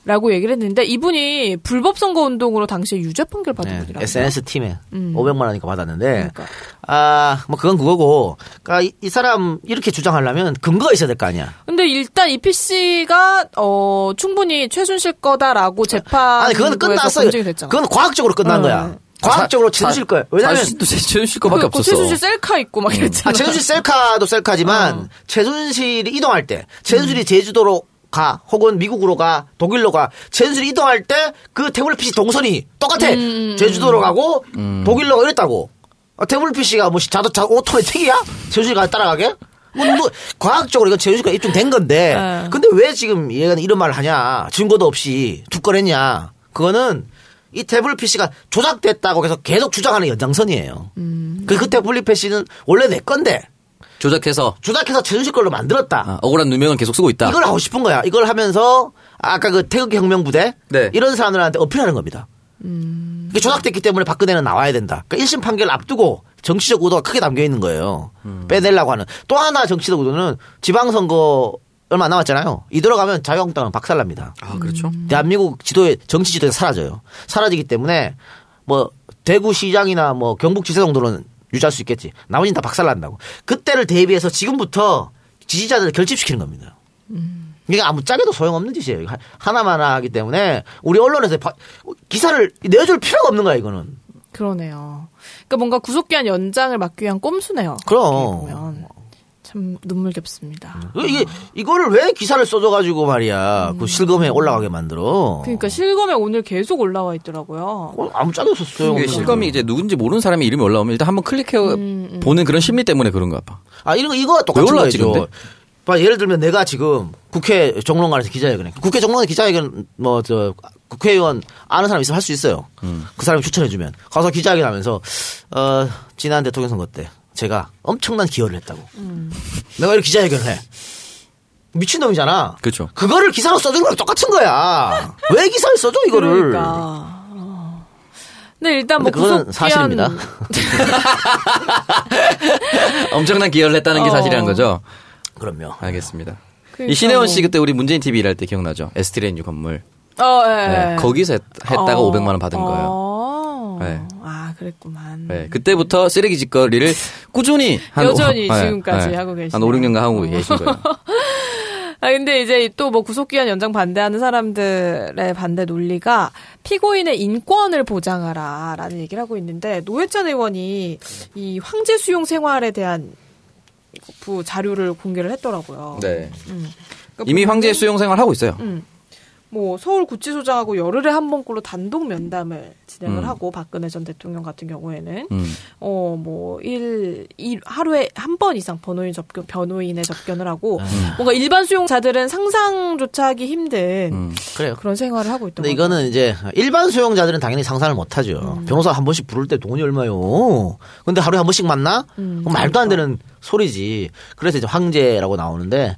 B: 라고 얘기를 했는데 이분이 불법 선거 운동으로 당시에 유죄 판결 받은
C: 네,
B: 분이라고.
C: SNS 팀에 500만 원이니까 받았는데
B: 음. 그러니까.
C: 아, 뭐 그건 그거고. 그러니까 이, 이 사람 이렇게 주장하려면 근거가 있어야 될 거 아니야.
B: 근데 일단 이 PC가 어 충분히 최순실 거다라고 재판
C: 아니 그건 끝났어.
B: 검증이 됐잖아.
C: 그건 과학적으로 끝난
B: 어.
C: 거야. 과학적으로 최순실 거야. 왜냐면
D: 사실 또 최- 최순실 거밖에
B: 그- 그
D: 없었어.
B: 최순실 셀카 있고 막 이랬잖아.
C: 아, 최순실 셀카도 셀카지만 최순실이 이동할 때 최순실이 제주도로 가 혹은 미국으로 가 독일로 가 최순실이 이동할 때 그 태블릿 PC 동선이 똑같아. 제주도로 가고 독일로 가 이랬다고. 아, 태블릿 PC가 뭐 자동차 오토의 택이야? 최순실가 따라가게? 뭐, 뭐, 과학적으로 이건 최순실가 입증된 건데
B: 네.
C: 근데 왜 지금 얘가 이런 말을 하냐 증거도 없이 두건했냐 그거는 이 태블릿 PC가 조작됐다고 계속 계속 주장하는 연장선이에요. 그, 그 태블릿 PC는 원래 내 건데
D: 조작해서
C: 조작해서 최순실 걸로 만들었다.
D: 아, 억울한 누명은 계속 쓰고 있다.
C: 이걸 하고 싶은 거야. 이걸 하면서 아까 그 태극기 혁명 부대
D: 네.
C: 이런 사람들한테 어필하는 겁니다. 이게 조작됐기 때문에 박근혜는 나와야 된다. 그러니까 1심 판결 앞두고 정치적 의도가 크게 담겨 있는 거예요.
D: 음.
C: 빼내려고 하는. 또 하나 정치적 의도는 지방선거 얼마 안 남았잖아요. 이 들어가면 자유한국당은 박살납니다.
D: 아 그렇죠.
C: 음. 대한민국 지도에 정치 지도에 사라져요. 사라지기 때문에 뭐 대구시장이나 뭐 경북지사 정도는 유지할 수 있겠지. 나머지는 다 박살난다고. 그때를 대비해서 지금부터 지지자들을 결집시키는 겁니다. 이게 아무 짝에도 소용없는 짓이에요. 이거 하- 하나만 하기 때문에 우리 언론에서 바- 기사를 내줄 필요가 없는 거야 이거는.
B: *laughs* 그러네요. 그러니까 뭔가 구속기한 연장을 막기 위한 꼼수네요.
C: 그럼.
B: 어떻게 보면. 참 눈물겹습니다.
C: 그 이게 이거를 왜 기사를 써줘가지고 말이야 그 실검에 올라가게 만들어.
B: 그러니까 실검에 오늘 계속 올라와 있더라고요.
C: 어, 아무 짝에도
B: 그러니까
C: 소용없는.
D: 이게
C: 거지.
D: 실검이 이제 누군지 모르는 사람의 이름이 올라오면 일단 한번 클릭해 보는 그런 심리 때문에 그런가 봐.
C: 아 이런 거 이거 똑같은
D: 왜 올라왔지,
C: 거죠.
D: 근데?
C: 봐 예를 들면 내가 지금 국회 정론관에서 기자회견 해. 국회 정론관 기자회견 뭐 저 국회의원 아는 사람 있으면 할 수 있어요. 그 사람이 추천해주면 가서 기자회견 하면서 어 지난 대통령 선거 때 제가 엄청난 기여를 했다고.
B: 음.
C: 내가 이렇게 기자회견을 해. 미친 놈이잖아.
D: 그렇죠.
C: 그거를 기사로 써준 거랑 똑같은 거야. 왜 기사를 써줘 이거를?
B: 그러니까. 어. 근데 일단 뭐
C: 근데 그거는
B: 구속기한
C: 사실입니다.
D: 엄청난 기여를 했다는 게
B: 어.
D: 사실이란 거죠.
C: 그럼요.
D: 아, 알겠습니다.
B: 그러니까
D: 이
B: 뭐.
D: 신혜원 씨 그때 우리 문재인 TV 일할 때 기억나죠? 에스트레인유 건물.
B: *laughs* 어, 예,
D: 네,
B: 예.
D: 거기서 했, 다가
B: 어.
D: 500만 원 받은 거예요.
B: 어.
D: 네.
B: 아, 그랬구만.
D: 네, 그때부터 쓰레기 짓거리를 꾸준히 한
B: 여전히
D: 오- 네,
B: 지금까지
D: 네.
B: 하고 계시네요. 음.
D: 한 5, 6년간 하고
B: *laughs*
D: 계신 거예요.
B: 아, 근데 이제 또 뭐 구속기한 연장 반대하는 사람들의 반대 논리가 피고인의 인권을 보장하라 라는 얘기를 하고 있는데 노회찬 의원이 이 황제 수용 생활에 대한 부 자료를 공개를 했더라고요.
D: 네.
B: 그러니까 음.
D: 이미 황제 수용 생활 하고 있어요.
B: 뭐 서울 구치소장하고 열흘에 한 번꼴로 단독 면담을 진행을
D: 음.
B: 하고 박근혜 전 대통령 같은 경우에는
D: 음.
B: 어 뭐 일 일 하루에 한 번 이상 변호인 접견 변호인의 접견을 하고
D: 음.
B: 뭔가 일반 수용자들은 상상조차 하기 힘든
D: 음.
C: 그래요.
B: 그런 생활을 하고 있던
C: 근데 이거는 이제 일반 수용자들은 당연히 상상을 못 하죠.
B: 음.
C: 변호사 한 번씩 부를 때 돈이 얼마요. 근데 하루에 한 번씩 만나?
B: 음,
C: 그건 말도 안 되는 소리지. 그래서 이제 황제라고 나오는데,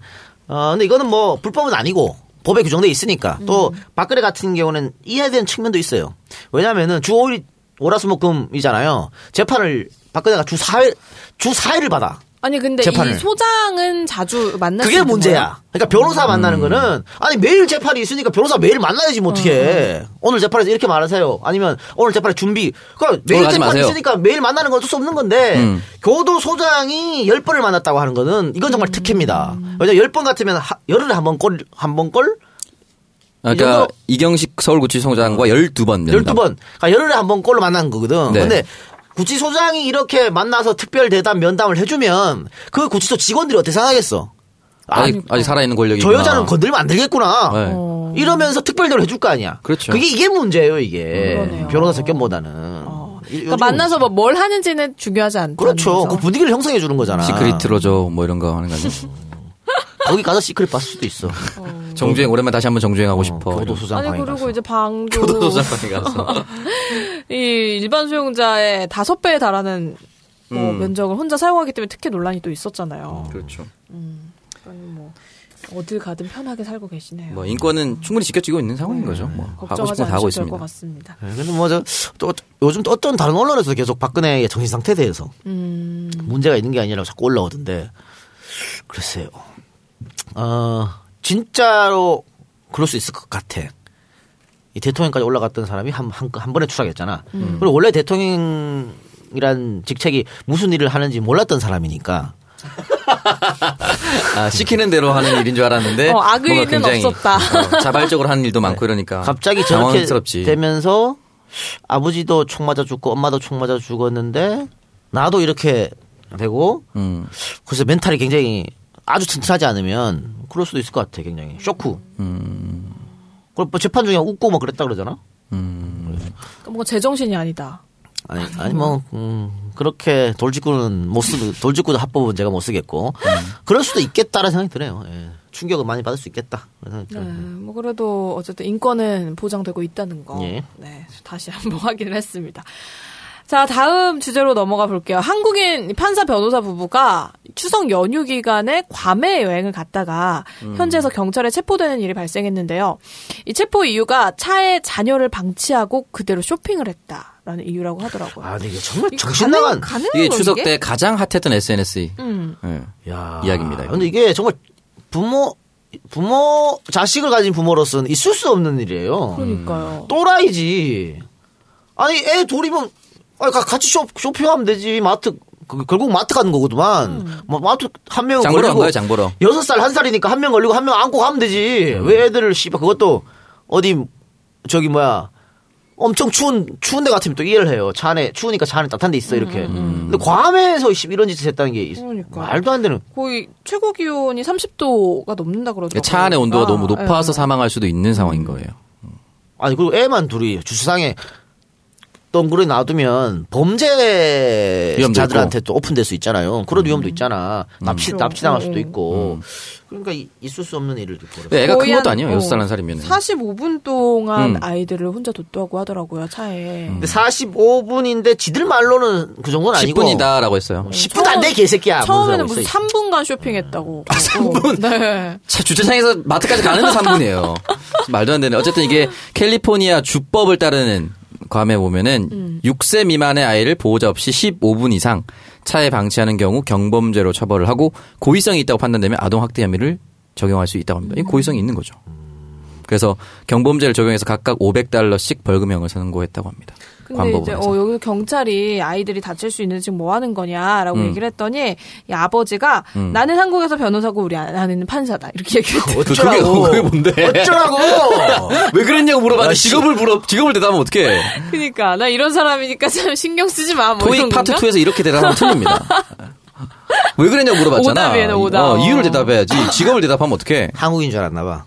C: 어, 근데 이거는 뭐 불법은 아니고 법에 규정돼 있으니까 또
B: 음.
C: 박근혜 같은 경우는 이해된 측면도 있어요. 왜냐면은 주 5일 오라수목금이잖아요. 재판을 박근혜가 주 4일, 주 4일을 받아.
B: 아니 근데
C: 재판을.
B: 이 소장은 자주 만날 수
C: 그게
B: 있는
C: 문제야. 그러니까 변호사
D: 음.
C: 만나는 거는 아니 매일 재판이 있으니까 변호사 매일 만나야지 뭐 어떻게
D: 음.
C: 해. 오늘 재판에서 이렇게 말하세요. 아니면 오늘 재판에 준비. 그러니까 매일
D: 가지
C: 재판이
D: 마세요.
C: 있으니까 매일 만나는 건 어쩔 수 없는 건데
D: 음.
C: 교도 소장이 열 번을 만났다고 하는 거는 이건 정말 특혜입니다. 왜냐 면 열 번 같으면 하- 열흘에 한 번 꼴, 한 번 꼴,
D: 그러니까
C: 정도-
D: 이경식
B: 어.
D: 서울구치소장과 12번 면담.
C: 열두 번, 그러니까 열흘에 한 번 꼴로 만난 거거든.
D: 네.
C: 근데 구치소장이 이렇게 만나서 특별 대담 면담을 해주면 그 구치소 직원들이 어떻게 생각하겠어? 아,
D: 아직, 아직 살아있는 권력이.
C: 저 여자는 건들면 안 되겠구나.
D: 네.
B: 어.
C: 이러면서 특별대로 해줄 거 아니야.
D: 그렇죠.
C: 그게 이게 문제예요, 이게.
B: 그러네요.
C: 변호사 접견보다는. 이-
B: 그러니까
C: 요즘은
B: 만나서 뭐 뭘 하는지는 중요하지 않다.
C: 그렇죠. 그 분위기를 형성해 주는 거잖아.
D: 시크릿으로죠. 뭐 이런 거 하는 거 아니야.
C: 거기 가서 시크릿 봤을 수도 있어.
D: 정주행 오랜만에 다시 한번 정주행하고 싶어. *laughs*
C: 교도소장
B: 아니
C: 방에
B: 그리고
C: 가서.
B: 이제
C: *laughs*
B: 방도
D: 교도소장에
B: 어.
D: 가서.
B: 이 일반 수용자의 다섯 배에 달하는 뭐
D: 음.
B: 면적을 혼자 사용하기 때문에 특혜 논란이 또 있었잖아요.
D: 그렇죠.
B: 아니 뭐
C: 음.
B: 어딜 가든 편하게 살고 계시네요.
D: 뭐 인권은 충분히 지켜지고 있는 상황인 거죠. 뭐
B: 네.
D: 하고
B: 걱정하지
D: 싶은 거 다 아, 하고
B: 않으실 것
D: 있습니다.
B: 같습니다.
C: 네, 근데 뭐저또 요즘 또 어떤 다른 언론에서 계속 박근혜의 정신 상태에 대해서
B: 음,
C: 문제가 있는 게 아니라고 자꾸 올라오던데 글쎄요. 어 진짜로 그럴 수 있을 것 같아. 이 대통령까지 올라갔던 사람이 한, 한, 한 번에 추락했잖아. 그리고 원래 대통령이란 직책이 무슨 일을 하는지 몰랐던 사람이니까.
D: 아, 시키는
B: *laughs*
D: 대로 하는 일인 줄 알았는데
B: 어, 악의는
D: 뭔가 굉장히
B: 없었다. 네.
D: 어, 자발적으로 하는
B: *laughs*
D: 일도 많고 이러니까
C: 갑자기 저렇게
D: 아, 당황스럽지.
C: 되면서 아버지도 총 맞아 죽고 엄마도 총 맞아 죽었는데 나도 이렇게 되고
D: 음,
C: 그래서 멘탈이 굉장히 아주 튼튼하지 않으면 그럴 수도 있을 것 같아 굉장히 쇼크.
D: 음.
C: 그리고 뭐 재판 중에 웃고 막 그랬다 그러잖아.
D: 음.
B: 그러니까 뭔가 제정신이 아니다.
C: 아니 아니 뭐 음, 그렇게 돌직구는 못 쓰, 돌직구도 합법은 제가 못 쓰겠고 그럴 수도 있겠다라는 생각이 드네요. 예. 충격을 많이 받을 수 있겠다. 그런 생각이
B: 네,
C: 들어요.
B: 뭐 그래도 어쨌든 인권은 보장되고 있다는 거.
C: 예.
B: *laughs* 네, 다시 한번 확인을 했습니다. 자, 다음 주제로 넘어가 볼게요. 한국인 판사 변호사 부부가 추석 연휴 기간에 괌에 여행을 갔다가
D: 음.
B: 현지에서 경찰에 체포되는 일이 발생했는데요. 이 체포 이유가 차에 자녀를 방치하고 그대로 쇼핑을 했다라는 이유라고 하더라고요.
C: 아, 근데 이게 정말 정신 나간
B: 가능,
D: 이게 추석 때 가장 핫했던 SNS
B: 음.
D: 예.
C: 야,
D: 이야기입니다, 이거.
C: 근데 이게 정말 부모 부모 자식을 가진 부모로서는 있을 수 없는 일이에요.
B: 그러니까요.
C: 어.
D: 음.
C: 또라이지. 아니 애 둘이면 아니, 가- 같이 쇼, 쇼핑하면 되지 마트 그- 결국 마트 가는 거거든만
B: 음.
C: 뭐, 마- 마트 한 명은
D: 장보러 간
C: 걸리고
D: 거예요, 장보러. 음.
C: 여섯 살 한 살이니까 한 명 걸리고 한 명 안고 가면 되지 왜 애들을 씨발 그것도 어디 저기 뭐야 엄청 추운 추운 데 같으면 또 이해를 해요 차 안에 추우니까 차 안에 따뜻한 데 있어 이렇게 근데 괌에서 씨, 이런 짓을 했다는 게 있-
B: 음, 그러니까.
C: 말도 안 되는
B: 거의 최고 기온이 30도가 넘는다 그러더라고요.
D: 차 안의 온도가
B: 그러니까.
D: 너무 높아서
B: 예.
D: 사망할 수도 있는 상황인 거예요.
C: 아니 그리고 애만 둘이 주차장에 덩그러니 놔두면
D: 위험도 음.
C: 범죄자들한테 또 오픈될 수 있잖아요. 그런 위험도 있잖아. 납치
B: 그렇죠.
C: 납치당할 수도
B: 음.
C: 있고. 그러니까 이- 있을 수 없는 일을
D: 근데
C: 벌어.
D: 애가 큰
B: 거의
D: 것도
B: 한,
D: 아니에요.
B: 어,
D: 여섯 살 한 살이면.
B: 45분 동안
D: 음.
B: 아이들을 혼자 뒀다고 하더라고요, 차에.
C: 근데 45분인데 지들 말로는 그 정도는 아니고
D: 10분이다라고 했어요.
C: 10분 안돼 개새끼야.
B: 처음에는
C: 뭔
B: 무슨
C: 소리 하고 있어,
B: 3분간 쇼핑했다고. 아, 3분? 네.
D: 차 주차장에서 마트까지 가는데
B: *laughs*
D: 3분이에요. 말도 안 되네. 어쨌든 이게 캘리포니아 주법을 따르는 괌에 보면은
B: 음.
D: 6세 미만의 아이를 보호자 없이 15분 이상 차에 방치하는 경우 경범죄로 처벌을 하고 고의성이 있다고 판단되면 아동학대 혐의를 적용할 수 있다고
B: 음.
D: 합니다. 이 고의성이 있는 거죠. 그래서 경범죄를 적용해서 각각 500달러씩 벌금형을 선고했다고 합니다.
B: 근데 이제
D: 광법원에서.
B: 어, 여기서 경찰이 아이들이 다칠 수 있는 지금 뭐 하는 거냐라고
D: 음.
B: 얘기를 했더니 이 아버지가 나는 한국에서 변호사고 우리 아내는 판사다 이렇게 얘기했대.
D: 그게-
C: 어쩌라고.
D: 그게 뭔데? *laughs*
C: 어쩌라고.
D: 왜 그랬냐고
B: 아,
D: 물어봤는데 직업을 물어 직업을 대답하면 어떡해?
B: 그러니까 나 이런 사람이니까 참 신경 쓰지 마. 뭐
D: 토익
B: 이런
D: 파트
B: 건가?
D: 2에서 이렇게
B: *laughs*
D: 대답하면 틀립니다. 왜 그랬냐고 물어봤잖아.
B: 오답이에요, 오답.
D: 어, 이유를 대답해야지. 직업을 대답하면 어떡해.
C: 한국인 줄 알았나 봐.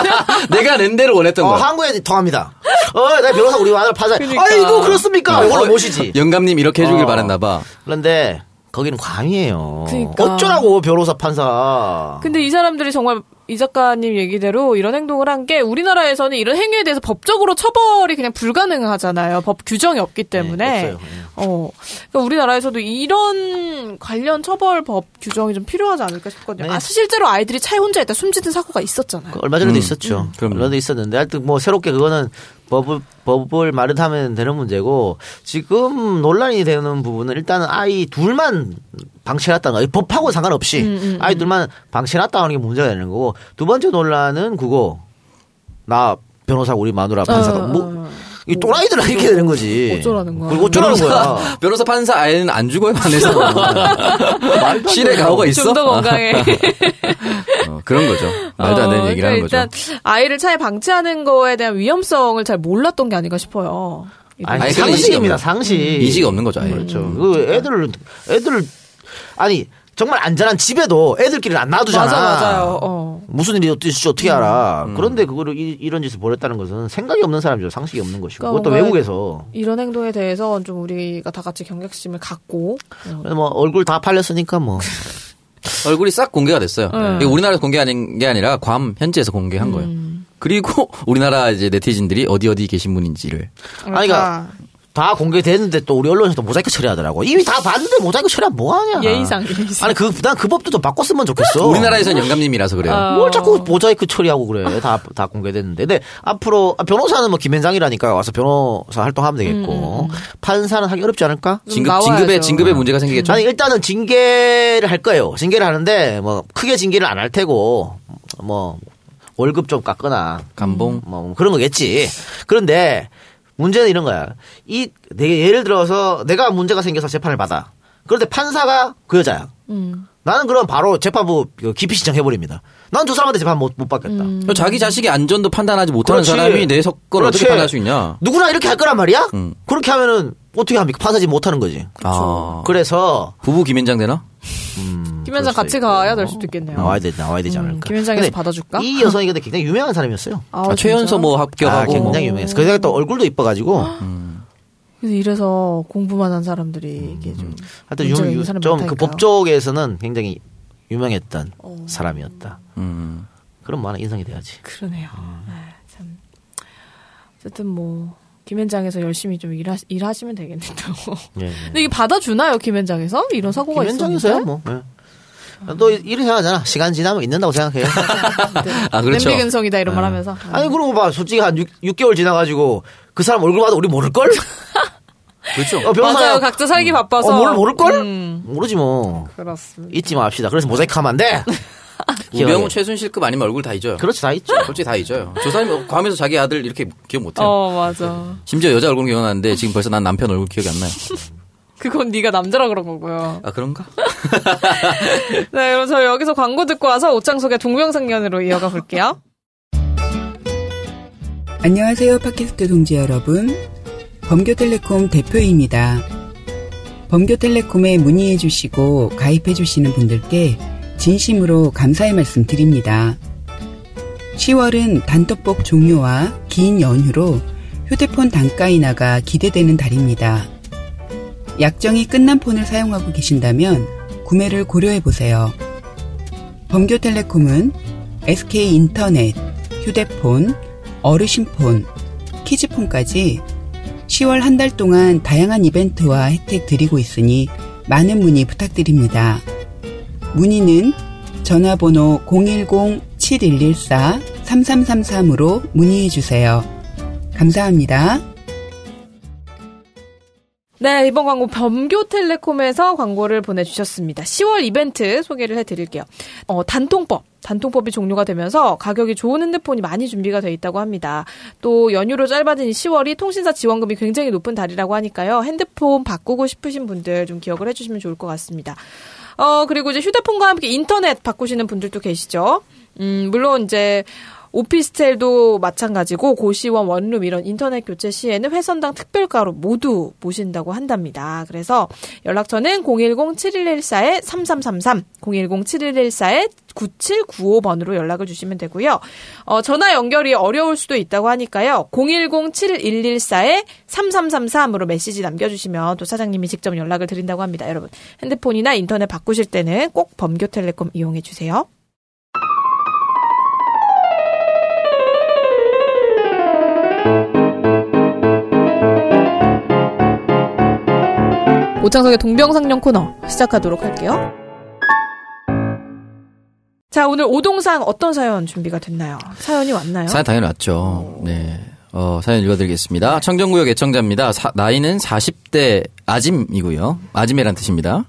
D: *laughs* 내가 낸 대로 원했던
C: 어,
D: 거.
C: 한국에 통합니다. 어, 나 변호사 우리 아들 파자.
B: 그러니까.
C: 아이고
D: 네.
C: 그렇습니까? 이걸로 모시지.
D: 어, 영감님 이렇게 해주길
C: 어.
D: 바랬나 봐.
C: 그런데 거기는 괌이에요.
B: 그러니까.
C: 어쩌라고 변호사 판사.
B: 근데 이 사람들이 정말 이 작가님 얘기대로 이런 행동을 한 게 우리나라에서는 이런 행위에 대해서 법적으로 처벌이 그냥 불가능하잖아요. 법 규정이 없기 때문에.
C: 네, 없어요. 네.
B: 어. 그러니까 우리나라에서도 이런 관련 처벌법 규정이 좀 필요하지 않을까 싶거든요.
C: 네.
B: 아, 실제로 아이들이 차에 혼자 있다 숨지는 사고가 있었잖아요.
C: 그 얼마 전에도
D: 음,
C: 있었죠.
D: 그럼요.
C: 얼마 전에 있었는데 하여튼 뭐 새롭게 그거는 법을 법을 마련하면 되는 문제고 지금 논란이 되는 부분은 일단은 아이 둘만 방치해놨다는 거 법하고 상관없이
B: 음,
C: 아이 둘만 방치해놨다는 게 문제가 되는 거고 두 번째 논란은 그거 나 변호사 우리 마누라 판사다. 뭐, 이 또라이들랑 이렇게 되는 거지.
B: 어. 어쩌라는 거야.
C: 그리고 어쩌라는 거야.
D: *laughs* 변호사 판사 아이는 안
C: *laughs*
D: 죽어요, 안에서. *laughs* 실에 가오가 있어? 아,
B: 좀 더 건강해.
D: 어, 그런 거죠. *laughs* 말도 안 되는
B: 어,
D: 얘기를 하는 거죠.
B: 일단 아이를 차에 방치하는 거에 대한 위험성을 잘 몰랐던 게 아닐까 싶어요.
C: 아니,
D: 아니, 그건
C: 상식입니다.
D: 인식이 없는-
C: 상식.
D: 인식이 없는 거죠, 아예.
C: 그렇죠. 그
B: 그러니까.
C: 애들을 애들을 아니 정말 안전한 집에도 애들끼리 안 놔두잖아.
B: 맞아 맞아요. 어. 음.
C: 무슨 일이 어떻게 어떻게 알아? 그런데 그거를 이, 이런 짓을 벌였다는 것은 생각이 없는 사람이죠. 상식이 없는 것이고.
B: 그러니까
C: 그것도
B: 뭔가-
C: 외국에서.
B: 이런 행동에 대해서 좀 우리가 다 같이 경각심을 갖고 어,
C: 그래서 뭐 얼굴 다 팔렸으니까 뭐.
D: 얼굴이 싹 공개가 됐어요.
B: 네.
D: 이게 우리나라에서 공개하는 게 아니라 괌 현지에서 공개한 거예요.
B: 음.
D: 그리고 *laughs* 우리나라 이제 네티즌들이 어디 어디 계신 분인지를
C: 아니 그러니까 다 공개됐는데 또 우리 언론에서 또 모자이크 처리하더라고. 이미 다 봤는데 모자이크 처리하면 뭐 하냐?
B: *laughs* 예의상 그렇죠. 예의상.
C: 아니 그난그 법도 좀 바꿨으면 좋겠어.
D: 우리나라에선 영감님이라서 그래요.
C: 뭘 자꾸 모자이크 처리하고 그래. 다, 다 공개됐는데. 근데 앞으로, 아, 변호사는 뭐 김현장이라니까 와서 변호사 활동하면 되겠고. 판사는 하기 어렵지 않을까?
D: 진급
B: 나와야죠. 네.
D: 진급에 진급에 문제가 생기겠죠.
C: 아니, 일단은 징계를 할 거예요. 징계를 하는데, 뭐, 크게 징계를 안 할 테고, 뭐, 월급 좀 깎거나,
D: 감봉.
C: 뭐, 그런 거겠지. 그런데, 문제는 이런 거야. 이, 내 예를 들어서 내가 문제가 생겨서 재판을 받아. 그런데 판사가 그 여자야.
B: 음.
C: 나는 그럼 바로 재판부 그 기피 신청해버립니다. 난 저 사람한테 재판 못, 못 받겠다.
B: 음.
D: 자기 자식의 안전도 판단하지 못하는
C: 음. 그렇지.
D: 사람이 내 석권
C: 그렇지.
D: 어떻게
C: 아,
D: 판단할 수 있냐?
C: 누구나 이렇게 할 거란 말이야?
D: 음.
C: 그렇게 하면은 어떻게 합니까? 판사지 못하는 거지.
B: 그렇죠.
D: 아.
C: 그래서 음,
D: 부부 김현장 되나?
B: 김현장
C: 그럴 수도
B: 같이
C: 있고.
B: 가야 될 수도 있겠네요.
C: 나와야 되지, 나와야 되지
B: 음,
C: 않을까.
B: 김현장에서
C: 근데
B: 받아줄까?
C: 이 여성이 근데 굉장히 유명한 사람이었어요.
B: 아우,
D: 아, 최연소
B: 진짜?
D: 뭐
C: 아,
D: 합격하고
C: 굉장히 유명했어. 그래서 또 얼굴도 이뻐가지고
B: 그래서 이래서 공부만 한
C: 음,
B: 사람들이 이게 좀
C: 하여튼
B: 문제가 있는 사람이
C: 좀그
B: 많다니까요. 어.
C: 법조계에서는 굉장히 유명했던 사람이었다.
D: 음.
C: 그럼 뭐 하나 인상이 돼야지.
B: 그러네요. 아, 참 네, 어쨌든 뭐 김현장에서 열심히 좀 일하, 일하시면 되겠네요. *laughs*
C: 예, 예.
B: 근데 이게 받아주나요, 김현장에서? 이런 사고가
C: 김현장에서요,
B: 있었는데.
C: 뭐. 예. 또 이런 생각하잖아. 시간 지나면
B: *laughs*
C: 잊는다고 생각해요.
D: 아, 그렇죠.
B: 냄비 근성이다 이런 말 하면서.
C: 네. 아니 그러고 봐. 솔직히 한 6, 개월 지나가지고 그 사람 얼굴 봐도 우리 모를
B: *laughs*
C: 걸?
D: 그렇죠.
C: 어, 변호사야.
B: 맞아요. 각자 살기 바빠서.
C: 어, 뭘 모를 걸?
B: 음,
C: 모르지 뭐.
B: 그렇습니다.
C: 잊지 맙시다. 그래서 모자이크하면
B: *laughs*
C: 안 돼.
D: 우병우 최순실급 아니면 얼굴 다 잊어요.
C: 그렇지 다
D: *laughs*
C: 있죠.
D: 솔직히 다 잊어요. 저 사람이 괌에서 자기 아들 이렇게 기억 못해요.
B: 어, 맞아.
D: 심지어 여자 얼굴 기억나는데 지금 벌써 난 남편 얼굴 기억이 안 나요.
B: 그건 네가 남자라 그런 거고요.
D: 아 그런가?
B: 네, 그럼 저 여기서 광고 듣고 와서 옷장 속의 동명상련으로 이어가 볼게요.
F: 안녕하세요, 팟캐스트 동지 여러분. 범교텔레콤 대표입니다. 범교텔레콤에 문의해 주시고 가입해 주시는 분들께 진심으로 감사의 말씀 드립니다. 10월은 단톡법 종료와 긴 연휴로 휴대폰 단가 인하가 기대되는 달입니다. 약정이 끝난 폰을 사용하고 계신다면 구매를 고려해 보세요. 범교텔레콤은 SK 인터넷, 휴대폰, 어르신폰, 키즈폰까지 10월 한 달 동안 다양한 이벤트와 혜택 드리고 있으니 많은 문의 부탁드립니다. 문의는 전화번호 010-7114-3333으로 문의해 주세요. 감사합니다.
B: *laughs* 네, 이번 광고 범교텔레콤에서 광고를 보내주셨습니다. 10월 이벤트 소개를 해드릴게요. 어, 단통법. 단통법이 종료가 되면서 가격이 좋은 핸드폰이 많이 준비가 돼 있다고 합니다. 또 연휴로 짧아진 이 10월이 통신사 지원금이 굉장히 높은 달이라고 하니까요. 핸드폰 바꾸고 싶으신 분들 좀 기억을 해주시면 좋을 것 같습니다. 어, 그리고 이제 휴대폰과 함께 인터넷 바꾸시는 분들도 계시죠. 음, 물론 이제 오피스텔도 마찬가지고 고시원 원룸 이런 인터넷 교체 시에는 회선당 특별가로 모두 모신다고 한답니다. 그래서 연락처는 010-7114-3333, 010-7114-9795번으로 연락을 주시면 되고요. 어, 전화 연결이 어려울 수도 있다고 하니까요. 010-7114-3333으로 메시지 남겨주시면 또 사장님이 직접 연락을 드린다고 합니다. 여러분 핸드폰이나 인터넷 바꾸실 때는 꼭 범교텔레콤 이용해 주세요. 오창석의 동병상련 코너 시작하도록 할게요. 자, 오늘 오동상 어떤 사연 준비가 됐나요? 사연이 왔나요?
D: 사연 당연히 왔죠. 네. 어, 사연
B: 네.
D: 읽어드리겠습니다. 청정구역 애청자입니다. 사- 나이는 40대 아짐이고요. 아짐이란 뜻입니다.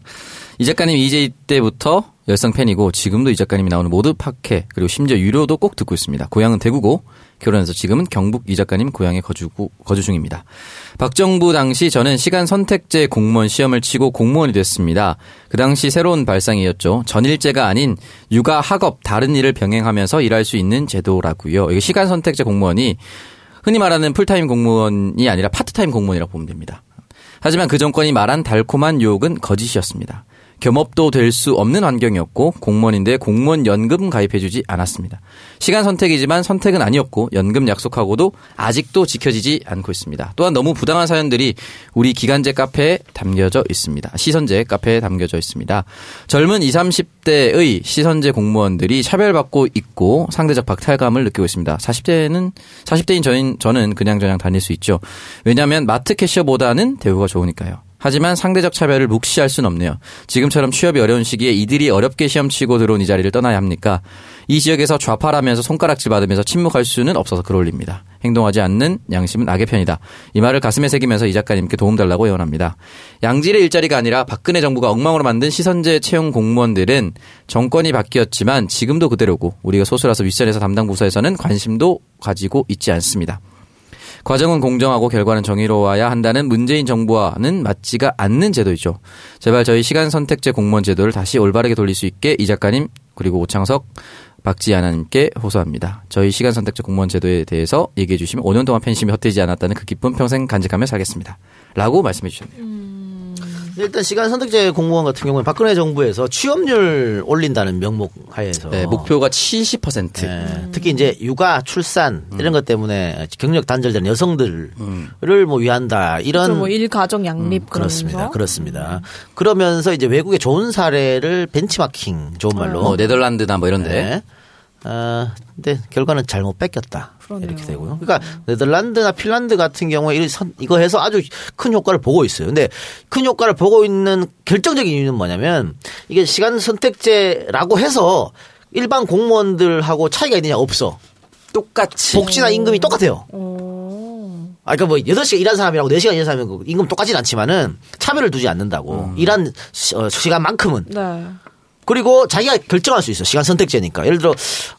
D: 이 작가님 이제 때부터 열성 팬이고 지금도 이 작가님이 나오는 모두 팟캐 그리고 심지어 유료도 꼭 듣고 있습니다. 고향은 대구고 결혼해서 지금은 경북 이 작가님 고향에 거주고 거주 중입니다. 박정부 당시 저는 시간 선택제 공무원 시험을 치고 공무원이 됐습니다. 그 당시 새로운 발상이었죠. 전일제가 아닌 육아 학업 다른 일을 병행하면서 일할 수 있는 제도라고요. 이게 시간 선택제 공무원이 흔히 말하는 풀타임 공무원이 아니라 파트타임 공무원이라고 보면 됩니다. 하지만 그 정권이 말한 달콤한 유혹은 거짓이었습니다. 겸업도 될 수 없는 환경이었고 공무원인데 공무원 연금 가입해주지 않았습니다. 시간 선택이지만 선택은 아니었고 연금 약속하고도 아직도 지켜지지 않고 있습니다. 또한 너무 부당한 사연들이 우리 기간제 카페에 담겨져 있습니다. 시선제 카페에 담겨져 있습니다. 젊은 20, 30대의 시선제 공무원들이 차별받고 있고 상대적 박탈감을 느끼고 있습니다. 40대는 40대인 저인, 저는 그냥 저냥 다닐 수 있죠. 왜냐하면 마트 캐셔보다는 대우가 좋으니까요. 하지만 상대적 차별을 묵시할 순 없네요. 지금처럼 취업이 어려운 시기에 이들이 어렵게 시험치고 들어온 이 자리를 떠나야 합니까? 이 지역에서 좌파라면서 손가락질 받으면서 침묵할 수는 없어서 그올립니다 행동하지 않는 양심은 악의 편이다. 이 말을 가슴에 새기면서 이 작가님께 도움 달라고 예언합니다. 양질의 일자리가 아니라 박근혜 정부가 엉망으로 만든 시선제 채용 공무원들은 정권이 바뀌었지만 지금도 그대로고 우리가 소수라서 윗선에서 담당 부서에서는 관심도 가지고 있지 않습니다. 과정은 공정하고 결과는 정의로워야 한다는 문재인 정부와는 맞지가 않는 제도이죠. 제발 저희 시간 선택제 공무원 제도를 다시 올바르게 돌릴 수 있게 이 작가님 그리고 오창석 박지하나님께 호소합니다. 저희 시간 선택제 공무원 제도에 대해서 얘기해 주시면 5년 동안 팬심이 헛되지 않았다는 그 기쁨 평생 간직하며 살겠습니다. 라고 말씀해 주셨네요.
C: 일단 시간 선택제 공무원 같은 경우는 박근혜 정부에서 취업률 올린다는 명목 하에서
D: 네, 목표가 70%.
B: 음.
C: 예, 특히 이제 육아, 출산 이런 것 때문에 경력 단절된 여성들을 뭐 위한다 이런
B: 뭐 일가정 양립
C: 음, 그렇습니다.
B: 그러면서.
C: 그렇습니다. 그러면서 이제 외국의 좋은 사례를 벤치마킹 좋은 말로
D: 어, 뭐 네덜란드나 뭐 이런데
C: 네. 아, 근데 결과는 잘못 뺏겼다.
B: 그러네요.
C: 이렇게 되고요. 그러니까 네덜란드나 핀란드 같은 경우에 이 선- 이거 해서 아주 큰 효과를 보고 있어요. 근데 큰 효과를 보고 있는 결정적인 이유는 뭐냐면 이게 시간 선택제라고 해서 일반 공무원들하고 차이가 있느냐 없어.
D: 똑같이
C: 복지나 임금이 똑같아요. 아, 그러니까 뭐 8시간 일한 사람이라고 4시간 일한 사람이고 임금 똑같진 않지만은 차별을 두지 않는다고.
D: 음.
C: 일한 시- 어, 시간만큼은.
B: 네.
C: 그리고 자기가 결정할 수 있어. 시간 선택제니까. 예를 들어,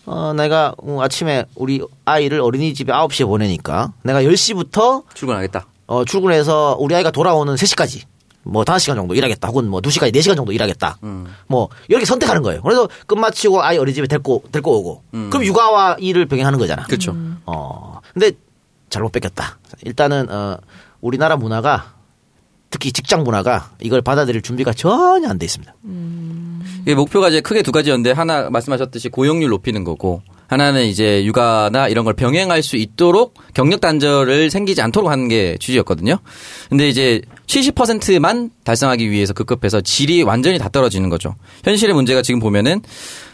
C: 어, 내가 어, 아침에 우리 아이를 어린이집에 9시에 보내니까 내가 10시부터
D: 출근하겠다.
C: 어, 출근해서 우리 아이가 돌아오는 3시까지 뭐 5시간 정도 일하겠다 혹은 뭐 2시까지 4시간 정도 일하겠다. 뭐 이렇게 선택하는 거예요. 그래서 끝마치고 아이 어린이집에 데리고 데리고 오고. 그럼 육아와 일을 병행하는 거잖아.
D: 그렇죠.
C: 어. 근데 잘못 뺏겼다. 일단은 어 우리나라 문화가 특히 직장 문화가 이걸 받아들일 준비가 전혀 안 돼 있습니다.
D: 이게 목표가 이제 크게 두 가지였는데 하나 말씀하셨듯이 고용률 높이는 거고 하나는 이제 육아나 이런 걸 병행할 수 있도록 경력 단절을 생기지 않도록 하는 게 취지였거든요. 근데 이제 70%만 달성하기 위해서 급급해서 질이 완전히 다 떨어지는 거죠. 현실의 문제가 지금 보면은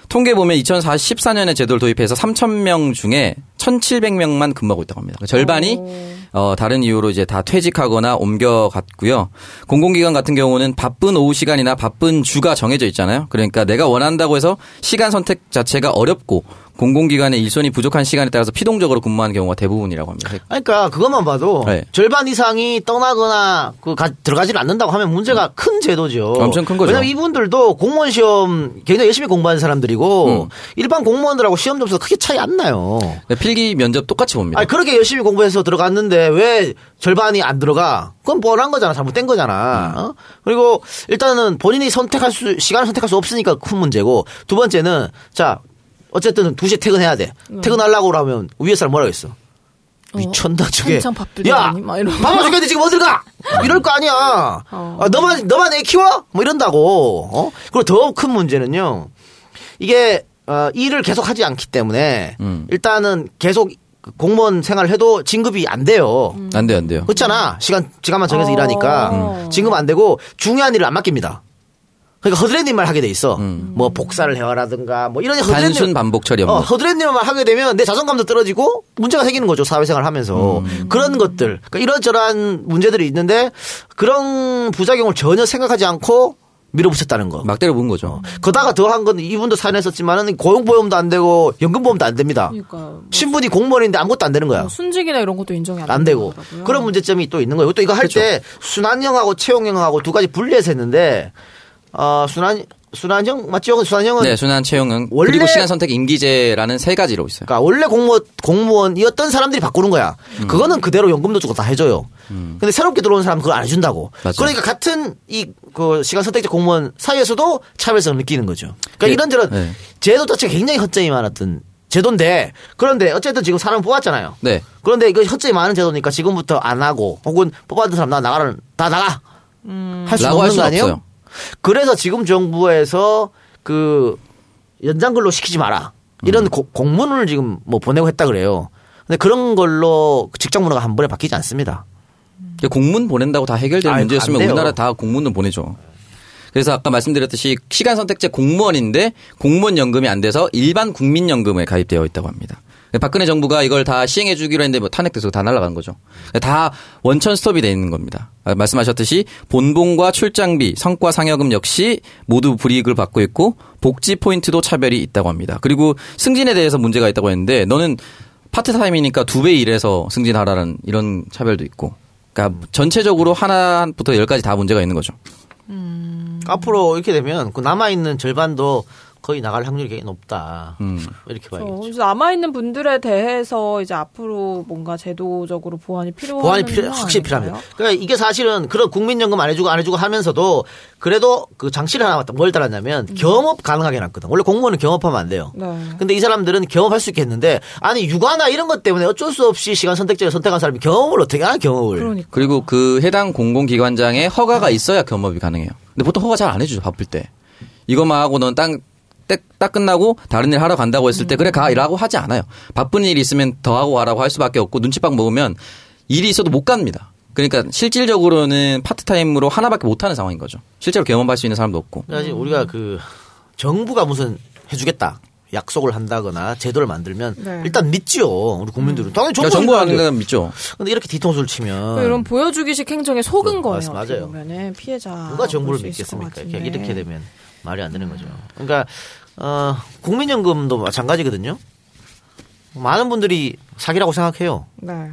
D: 통계 보면 2014년에 제도를 도입해서 3,000명 중에 1,700명만 근무하고 있다고 합니다. 절반이 어, 다른 이유로 이제 다 퇴직하거나 옮겨갔고요. 공공기관 같은 경우는 바쁜 오후 시간이나 바쁜 주가 정해져 있잖아요. 그러니까 내가 원한다고 해서 시간 선택 자체가 어렵고 공공기관의 일손이 부족한 시간에 따라서 피동적으로 근무하는 경우가 대부분이라고 합니다.
C: 그러니까 그것만 봐도
D: 네.
C: 절반 이상이 떠나거나 그 가- 들어가지를 않는다고 하면 문제가 큰 제도죠.
D: 음. 엄청 큰 거죠.
C: 왜냐면 이분들도 공무원 시험 굉장히 열심히 공부한 사람들이고
D: 음.
C: 일반 공무원들하고 시험 점수 가 크게 차이 안 나요.
D: 그러니까 필기 면접 똑같이 봅니다.
C: 아니 그렇게 열심히 공부해서 들어갔는데 왜 절반이 안 들어가? 그건 뻔한 거잖아. 잘못된
D: 음.
C: 거잖아. 어? 그리고 일단은 본인이 선택할 수 시간을 선택할 수 없으니까 큰 문제고 두 번째는 자 어쨌든 2시에 퇴근해야 돼.
B: 음.
C: 퇴근하려고 그러면 위에 사람 뭐라 그랬어? 미쳤나 저게.
B: 한창 바쁠 때
C: 야,
B: 아니? 막 이러고. 어.
C: 바빠 죽겠는데 지금 어딜
B: *laughs*
C: 가? 이럴 거 아니야. 아, 너만 너만 애 키워? 뭐 이런다고. 어? 그리고 더 큰 문제는요. 이게 어, 일을 계속 하지 않기 때문에
D: 음.
C: 일단은 계속 공무원 생활을 해도 진급이 안 돼요.
D: 안 돼요, 안 돼요.
C: 그- 그렇잖아. 시간 시간만
B: 음.
C: 정해서
B: 어.
C: 일하니까
B: 음.
C: 진급 안 되고 중요한 일을 안 맡깁니다. 그러니까 허드렛님만 하게 돼 있어.
D: 음.
C: 뭐 복사를 해와라든가 뭐 이런 허드렛님
D: 단순 반복 처리
C: 어,
D: 업무.
C: 허드렛님만 하게 되면 내 자존감도 떨어지고 문제가 생기는 거죠 사회생활 하면서
D: 음.
C: 그런 것들 그러니까 이런저런 문제들이 있는데 그런 부작용을 전혀 생각하지 않고 밀어붙였다는 거.
D: 막 때려 부은 거죠.
C: 그다가 더한 건 이분도 사연에 썼지만은 고용보험도 안 되고 연금보험도 안 됩니다.
B: 그러니까 뭐
C: 신분이 공무원인데 아무것도 안 되는 거야.
B: 순직이나 이런 것도 인정이 안,
C: 안 되고
B: 되더라고요.
C: 그런 문제점이 또 있는 거예요. 또 이거 할 때 순환형하고 채용형하고 두 가지 분리해서 했는데 어, 순환 순환형 맞죠? 순환형은
D: 네, 순환 채용은
C: 원래-
D: 그리고 시간 선택 임기제라는 세 가지로 있어요.
C: 그러니까 원래 공무원, 공무원이었던 사람들이 바꾸는 거야. 그거는 그대로 연금도 주고 다 해줘요. 근데 새롭게 들어온 사람은 그걸 안 해준다고.
D: 음. 맞죠.
C: 그러니까 같은 이 그 시간 선택제 공무원 사이에서도 차별성을 느끼는 거죠. 그러니까
D: 예.
C: 이런저런
D: 네.
C: 제도 자체가 굉장히 허점이 많았던 제도인데 그런데 어쨌든 지금 사람 뽑았잖아요.
D: 네.
C: 그런데 이거 허점이 많은 제도니까 지금부터 안 하고 혹은 뽑았던 사람 나 나가라 다 나가 할 수는
D: 라고
C: 없는
D: 할
C: 거
D: 수는
C: 아니에요?
D: 없어요.
C: 그래서 지금 정부에서 그 연장근로 시키지 마라 이런 고- 공문을 지금 뭐 보내고 했다 그래요. 근데 그런 걸로 직장 문화가 한 번에 바뀌지 않습니다.
D: 근데 공문 보낸다고 다 해결되는
C: 아유,
D: 문제였으면
C: 안 돼요.
D: 우리나라 다 공문을 보내죠. 그래서 아까 말씀드렸듯이 시간 선택제 공무원인데 공무원 연금이 안 돼서 일반 국민 연금에 가입되어 있다고 합니다. 박근혜 정부가 이걸 다 시행해 주기로 했는데 뭐 탄핵돼서 다 날아간 거죠. 다 원천 스톱이 돼 있는 겁니다. 아, 말씀하셨듯이 본봉과 출장비, 성과 상여금 역시 모두 불이익을 받고 있고 복지 포인트도 차별이 있다고 합니다. 그리고 승진에 대해서 문제가 있다고 했는데 너는 파트타임이니까 두 배 일해서 승진하라는 이런 차별도 있고. 그러니까 전체적으로 하나부터 열까지 다 문제가 있는 거죠.
C: 음. 앞으로 이렇게 되면 그 남아 있는 절반도 거의 나갈 확률이 굉장히 높다.
D: 음.
C: 이렇게
B: 그렇죠.
C: 봐야겠죠.
B: 그래서 남아있는 분들에 대해서 이제 앞으로 뭔가 제도적으로 보완이 필요한
C: 보완이 필요, 확실히 필요합니다. 그러니까 이게 사실은 그런 국민연금 안 해주고 안 해주고 하면서도 그래도 그 장치를 하나 왔다. 뭘 달았냐면 경업 가능하게 놨거든. 원래 공무원은 경업하면 안 돼요.
B: 네.
C: 근데 이 사람들은 경험할 수 있겠는데 아니 육아나 이런 것 때문에 어쩔 수 없이 시간 선택제를 선택한 사람이 경험을 어떻게 하나 경험을
B: 그러니까
D: 그리고 그 해당 공공기관장의 허가가 있어야 겸업이 가능해요. 근데 보통 허가 잘 안 해주죠. 바쁠 때. 이것만 하고 넌 딱, 딱, 딱 끝나고 다른 일 하러 간다고 했을 때 그래 가라고 하지 않아요. 바쁜 일이 있으면 더 하고 가라고 할 수밖에 없고 눈치빵 먹으면 일이 있어도 못 갑니다. 그러니까 실질적으로는 파트타임으로 하나밖에 못 하는 상황인 거죠. 실제로 경험할 수 있는 사람도 없고.
C: 사실 우리가 그 정부가 무슨 해주겠다 약속을 한다거나 제도를 만들면
B: 네. 음.
C: 일단 믿지요. 우리 국민들은. 당연히 정부가
D: 그러니까 정부가
C: 하는데.
D: 하는 건 믿죠.
C: 근데 이렇게 뒤통수를 치면
B: 그 이런 보여주기식 행정에 속은
C: 아. 그,
B: 거예요.
C: 맞-
B: 어떻게
C: 맞아요.
B: 보면은 피해자
C: 누가 정부를
B: 아, 볼수 있을 것
C: 믿겠습니까?
B: 같은데.
C: 이렇게,
B: 음.
C: 이렇게 되면 말이 안 되는 거죠. 그러니까 어, 국민연금도 마찬가지거든요. 많은 분들이 사기라고 생각해요.
B: 네.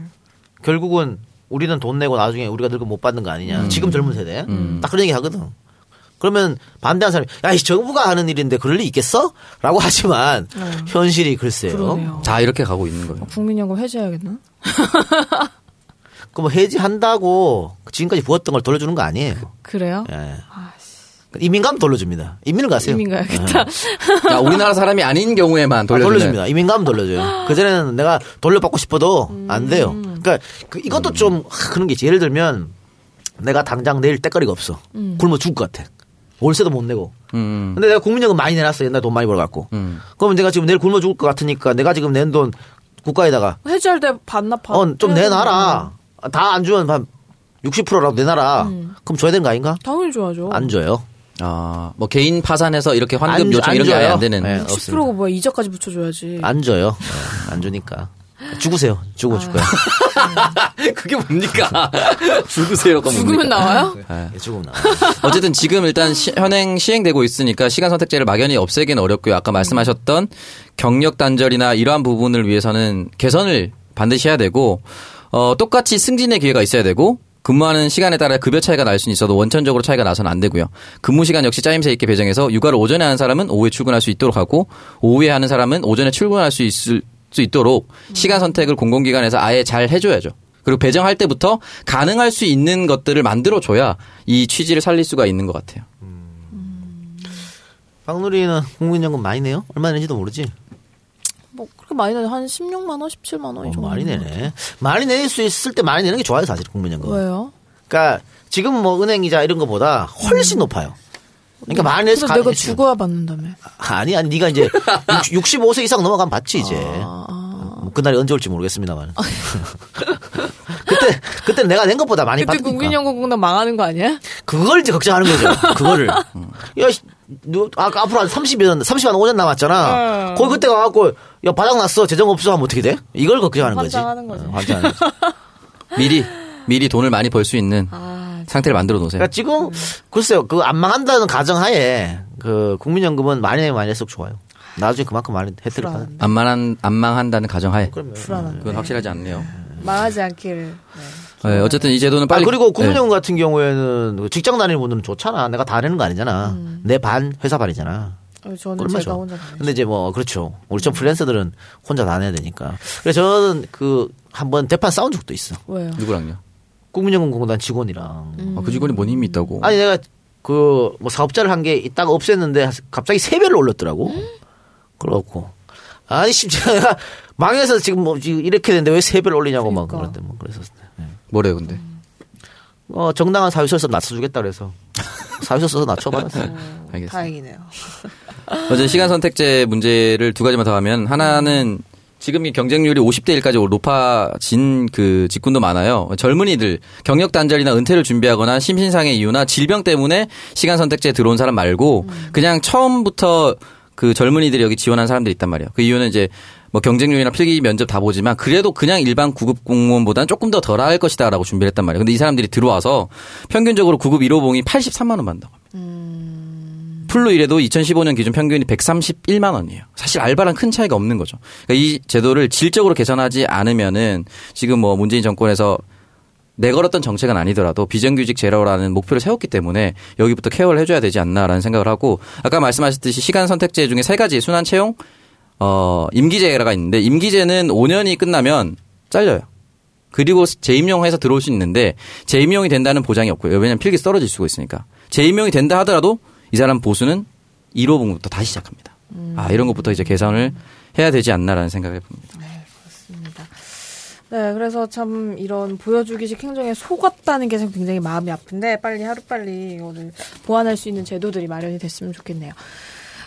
C: 결국은 우리는 돈 내고 나중에 우리가 늙으면 못 받는 거 아니냐.
D: 음.
C: 지금 젊은 세대 딱 그런 얘기 하거든. 그러면 반대한 사람이 야, 이 정부가 하는 일인데 그럴 리 있겠어? 라고 *laughs* 하지만 현실이 글쎄요.
B: 네. 그러네요.
D: 자 이렇게 가고 있는 거예요.
B: 국민연금 해제해야겠나?
C: 그럼 뭐 해지한다고 지금까지 부었던 걸 돌려주는 거 아니에요.
B: 그래요?
C: 예. 이민감 돌려줍니다. 이민을 가세요.
B: 국민 가야겠다.
D: 야, 우리나라 사람이 아닌 경우에만
C: 아,
D: 돌려주는.
C: 돌려줍니다. 이민감
B: *gasps*
C: 돌려줘요. 그전에는 내가 돌려받고 싶어도 안 돼요.
B: 음.
C: 그러니까 그 이것도
D: 음.
C: 좀 하, 그런 게 있지. 예를 들면 내가 당장 내일 때거리가 없어.
B: 음.
C: 굶어 죽을 것 같아. 월세도 못 내고.
D: 음.
C: 근데 내가 국민연금 많이 내놨어. 옛날에 돈 많이 벌어갖고.
D: 음.
C: 그러면 내가 지금 내일 굶어 죽을 것 같으니까 내가 지금 낸 돈 국가에다가
B: *laughs* 해지할 때 반납하고.
C: 예. 어, 좀 내놔라.
B: 뭐.
C: 다 안 주면 한 60%라도 내놔라.
B: 음.
C: 그럼 줘야 되는 거 아닌가?
B: 당연히 좋아죠.
C: 안 줘요.
D: 아, 뭐 개인 파산해서 이렇게
C: 안
D: 환급
C: 주-
D: 요청
C: 안
D: 이런 게 아예
C: 줘요.
D: 안 되는.
C: 네, 없습니다.
B: 10%가 뭐야 이자까지 붙여줘야지.
C: 안 줘요. 어, 안 주니까. 죽으세요. 죽어
B: 아.
C: 줄 거야.
D: 그게 뭡니까? *laughs* 죽으세요. 그건
B: 죽으면
D: 뭡니까?
B: 나와요?
D: 네.
C: 예, 죽으면 나와.
D: 어쨌든 지금 일단 시- 현행 시행되고 있으니까 시간 선택제를 막연히 없애기는 어렵고요. 아까 말씀하셨던 경력 단절이나 이러한 부분을 위해서는 개선을 반드시 해야 되고 어, 똑같이 승진의 기회가 있어야 되고 근무하는 시간에 따라 급여 차이가 날 수는 있어도 원천적으로 차이가 나서는 안 되고요. 근무 시간 역시 짜임새 있게 배정해서 육아를 오전에 하는 사람은 오후에 출근할 수 있도록 하고 오후에 하는 사람은 오전에 출근할 수 있을 수 있도록 시간 선택을 공공기관에서 아예 잘 해줘야죠. 그리고 배정할 때부터 가능할 수 있는 것들을 만들어줘야 이 취지를 살릴 수가 있는 것 같아요.
C: 박누리는 국민연금 많이 내요? 얼마 내는지도 모르지?
B: 뭐 그렇게 많이 내는 한 16만 원, 17만 원
C: 어,
B: 이 정도.
C: 많이 내네. 많이 낼 수 있을 때 많이 내는 게 좋아요, 사실, 국민연금.
B: 왜요?
C: 그러니까 지금 뭐 은행이자 이런 거보다 훨씬 높아요. 그러니까 많이 내서
B: 음. 그래서
C: 가-
B: 내가 죽어야 받는다며.
C: 아니, 아니, 네가 이제 60, 65세 이상 넘어가면 받지, 이제.
B: 아,
C: 뭐 그날이 언제 올지 모르겠습니다만. *laughs* 그때, 그때 내가 낸 것보다 많이
B: 그때
C: 받으니까.
B: 국민연금공단 망하는 거 아니야?
C: 그걸 이제 걱정하는 거죠. 그거를.
D: 음.
C: 야, 씨, 너, 아까 그 앞으로 한 30년, 30만 5년
B: 어.
C: 남았잖아. 거기 그때 가갖고, 야, 바닥났어. 재정 없어. 하면 어떻게 돼? 이걸 걱정하는 거지.
B: 환장하는 거지.
C: 어,
B: *laughs*
C: 환장하는 거지.
D: 미리 미리 돈을 많이 벌 수 있는 상태를 만들어 놓으세요.
C: 그러니까 지금, 글쎄요. 그 안 망한다는 가정하에, 그, 국민연금은 많이 내면 많이 낼수록 좋아요. 나중에 그만큼 많이 혜택을 받는.
D: 안망한 안망한다는 가정하에
C: 뭐 음, 그럼요.
B: 불안한데.
D: 그건 확실하지 않네요.
B: 망하지 않기를.
D: 네, 어쨌든 이 제도는 빨리
C: 아,
D: 네,
C: 그리고 국민연금 같은 경우에는 그 직장 다니는 분들은 좋잖아. 내가 다 내는 거 아니잖아.
B: 음.
C: 내 반 회사 반이잖아.
B: 어, 저는
C: 얼마죠?
B: 제가 혼자 가요.
C: 근데 이제 뭐 그렇죠. 우리
B: 음.
C: 좀 프리랜서들은 혼자 다녀야 되니까. 그래서 저는 그 한번 대판 싸운 적도 있어.
B: 왜요?
D: 누구랑요?
C: 국민연금공단 직원이랑
B: 음.
D: 아, 그 직원이 뭔 힘이 있다고?
C: 아니 내가 그 뭐 사업자를 한 게 있다가 없앴는데 갑자기 세 배를 올렸더라고.
B: 음?
C: 그렇고 아니 심지어 내가 망해서 지금 뭐 지금 이렇게 됐는데 왜 세 배를 올리냐고 막
B: 그러니까.
C: 그랬대. 뭐 그래서 네.
D: 뭐래요, 근데?
C: 어 정당한 사유설서 낮춰주겠다 그래서 사유설서 낮춰봤어요.
D: 알겠습니다.
B: 다행이네요.
D: 어제 시간 선택제 문제를 두 가지만 더 하면 하나는 지금 이 경쟁률이 50대 1까지 높아진 그 직군도 많아요. 젊은이들 경력 단절이나 은퇴를 준비하거나 심신상의 이유나 질병 때문에 시간 선택제에 들어온 사람 말고 그냥 처음부터 그 젊은이들이 여기 지원한 사람들이 있단 말이에요. 그 이유는 이제 뭐 경쟁률이나 필기 면접 다 보지만 그래도 그냥 일반 구급 공무원보다는 조금 더 덜할 것이다라고 준비를 했단 말이에요. 근데 이 사람들이 들어와서 평균적으로 구급 1호봉이 83만 원 받는다고. 풀로 일해도 2015년 기준 평균이 131만 원이에요. 사실 알바랑 큰 차이가 없는 거죠. 그러니까 이 제도를 질적으로 개선하지 않으면은 지금 뭐 문재인 정권에서 내걸었던 정책은 아니더라도 비정규직 제로라는 목표를 세웠기 때문에 여기부터 케어를 해줘야 되지 않나라는 생각을 하고 아까 말씀하셨듯이 시간 선택제 중에 세 가지 순환 채용, 어, 임기제가 있는데 임기제는 5년이 끝나면 잘려요. 그리고 재임용해서 들어올 수 있는데 재임용이 된다는 보장이 없고요. 왜냐하면 필기 떨어질 수가 있으니까. 재임용이 된다 하더라도 이 사람 보수는 1호봉부터 다시 시작합니다. 아 이런 것부터 이제 계산을 해야 되지 않나라는 생각을 해봅니다.
B: 네, 그래서 참 이런 보여주기식 행정에 속았다는 게 참 굉장히 마음이 아픈데 빨리 하루빨리 이거를 보완할 수 있는 제도들이 마련이 됐으면 좋겠네요.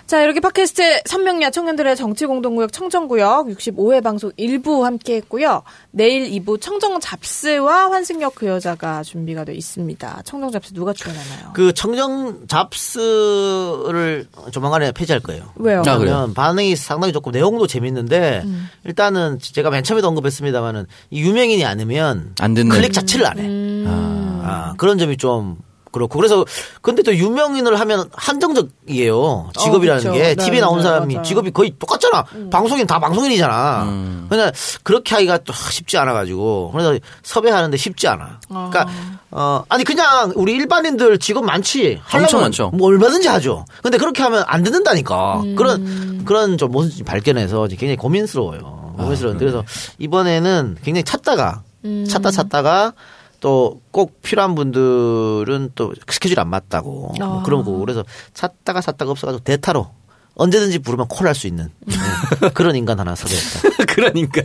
B: 자, 이렇게 팟캐스트 선명야 청년들의 정치공동구역 청정구역 65회 방송 1부 함께 했고요. 내일 2부 청정 잡스와 환승역 그 여자가 준비가 돼 있습니다. 청정 잡스 누가 출연하나요?
C: 그 청정 잡스를 조만간에 폐지할 거예요.
B: 왜요?
D: 아, 그래요?
C: 그러면 반응이 상당히 좋고 내용도 재밌는데 일단은 제가 맨 처음에도 언급했습니다만은 이 유명인이 아니면
D: 안 듣는.
C: 클릭 자체를 안 해.
B: 음.
C: 아, 그런 점이 좀 그렇고 그래서 근데 또 유명인을 하면 한정적이에요 직업이라는
B: 그쵸. 네,
C: 게 TV에 나온
B: 네,
C: 사람이
B: 맞아요. 음.
C: 직업이 거의 똑같잖아 방송인 다 방송인이잖아 그러니까 그렇게 하기가 또 쉽지 않아 가지고 그래서 섭외하는데 쉽지 않아 그러니까 어 아니 그냥 우리 일반인들 직업 많지 하려면
D: 엄청 많죠.
C: 뭐 얼마든지 하죠 근데 그렇게 하면 안 듣는다니까 그런 그런 좀 모습 발견해서 이제 굉장히 고민스러워요 고민스러운데 아, 그래서 이번에는 굉장히 찾다가 찾다 찾다가 또 꼭 필요한 분들은 또 스케줄이 안 맞다고 뭐 그런 거고 그래서 찾다가 찾다가 없어가지고 대타로 언제든지 부르면 콜할 수 있는 네. 그런 인간 하나 섭외했다.
D: *laughs* 그러니까.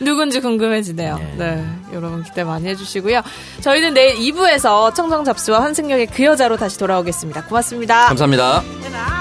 B: 누군지 궁금해지네요. 네. 여러분 기대 많이 해주시고요. 저희는 내일 2부에서 청정 잡스와 환승역의 그 여자로 다시 돌아오겠습니다. 고맙습니다.
D: 감사합니다.
B: 감사합니다.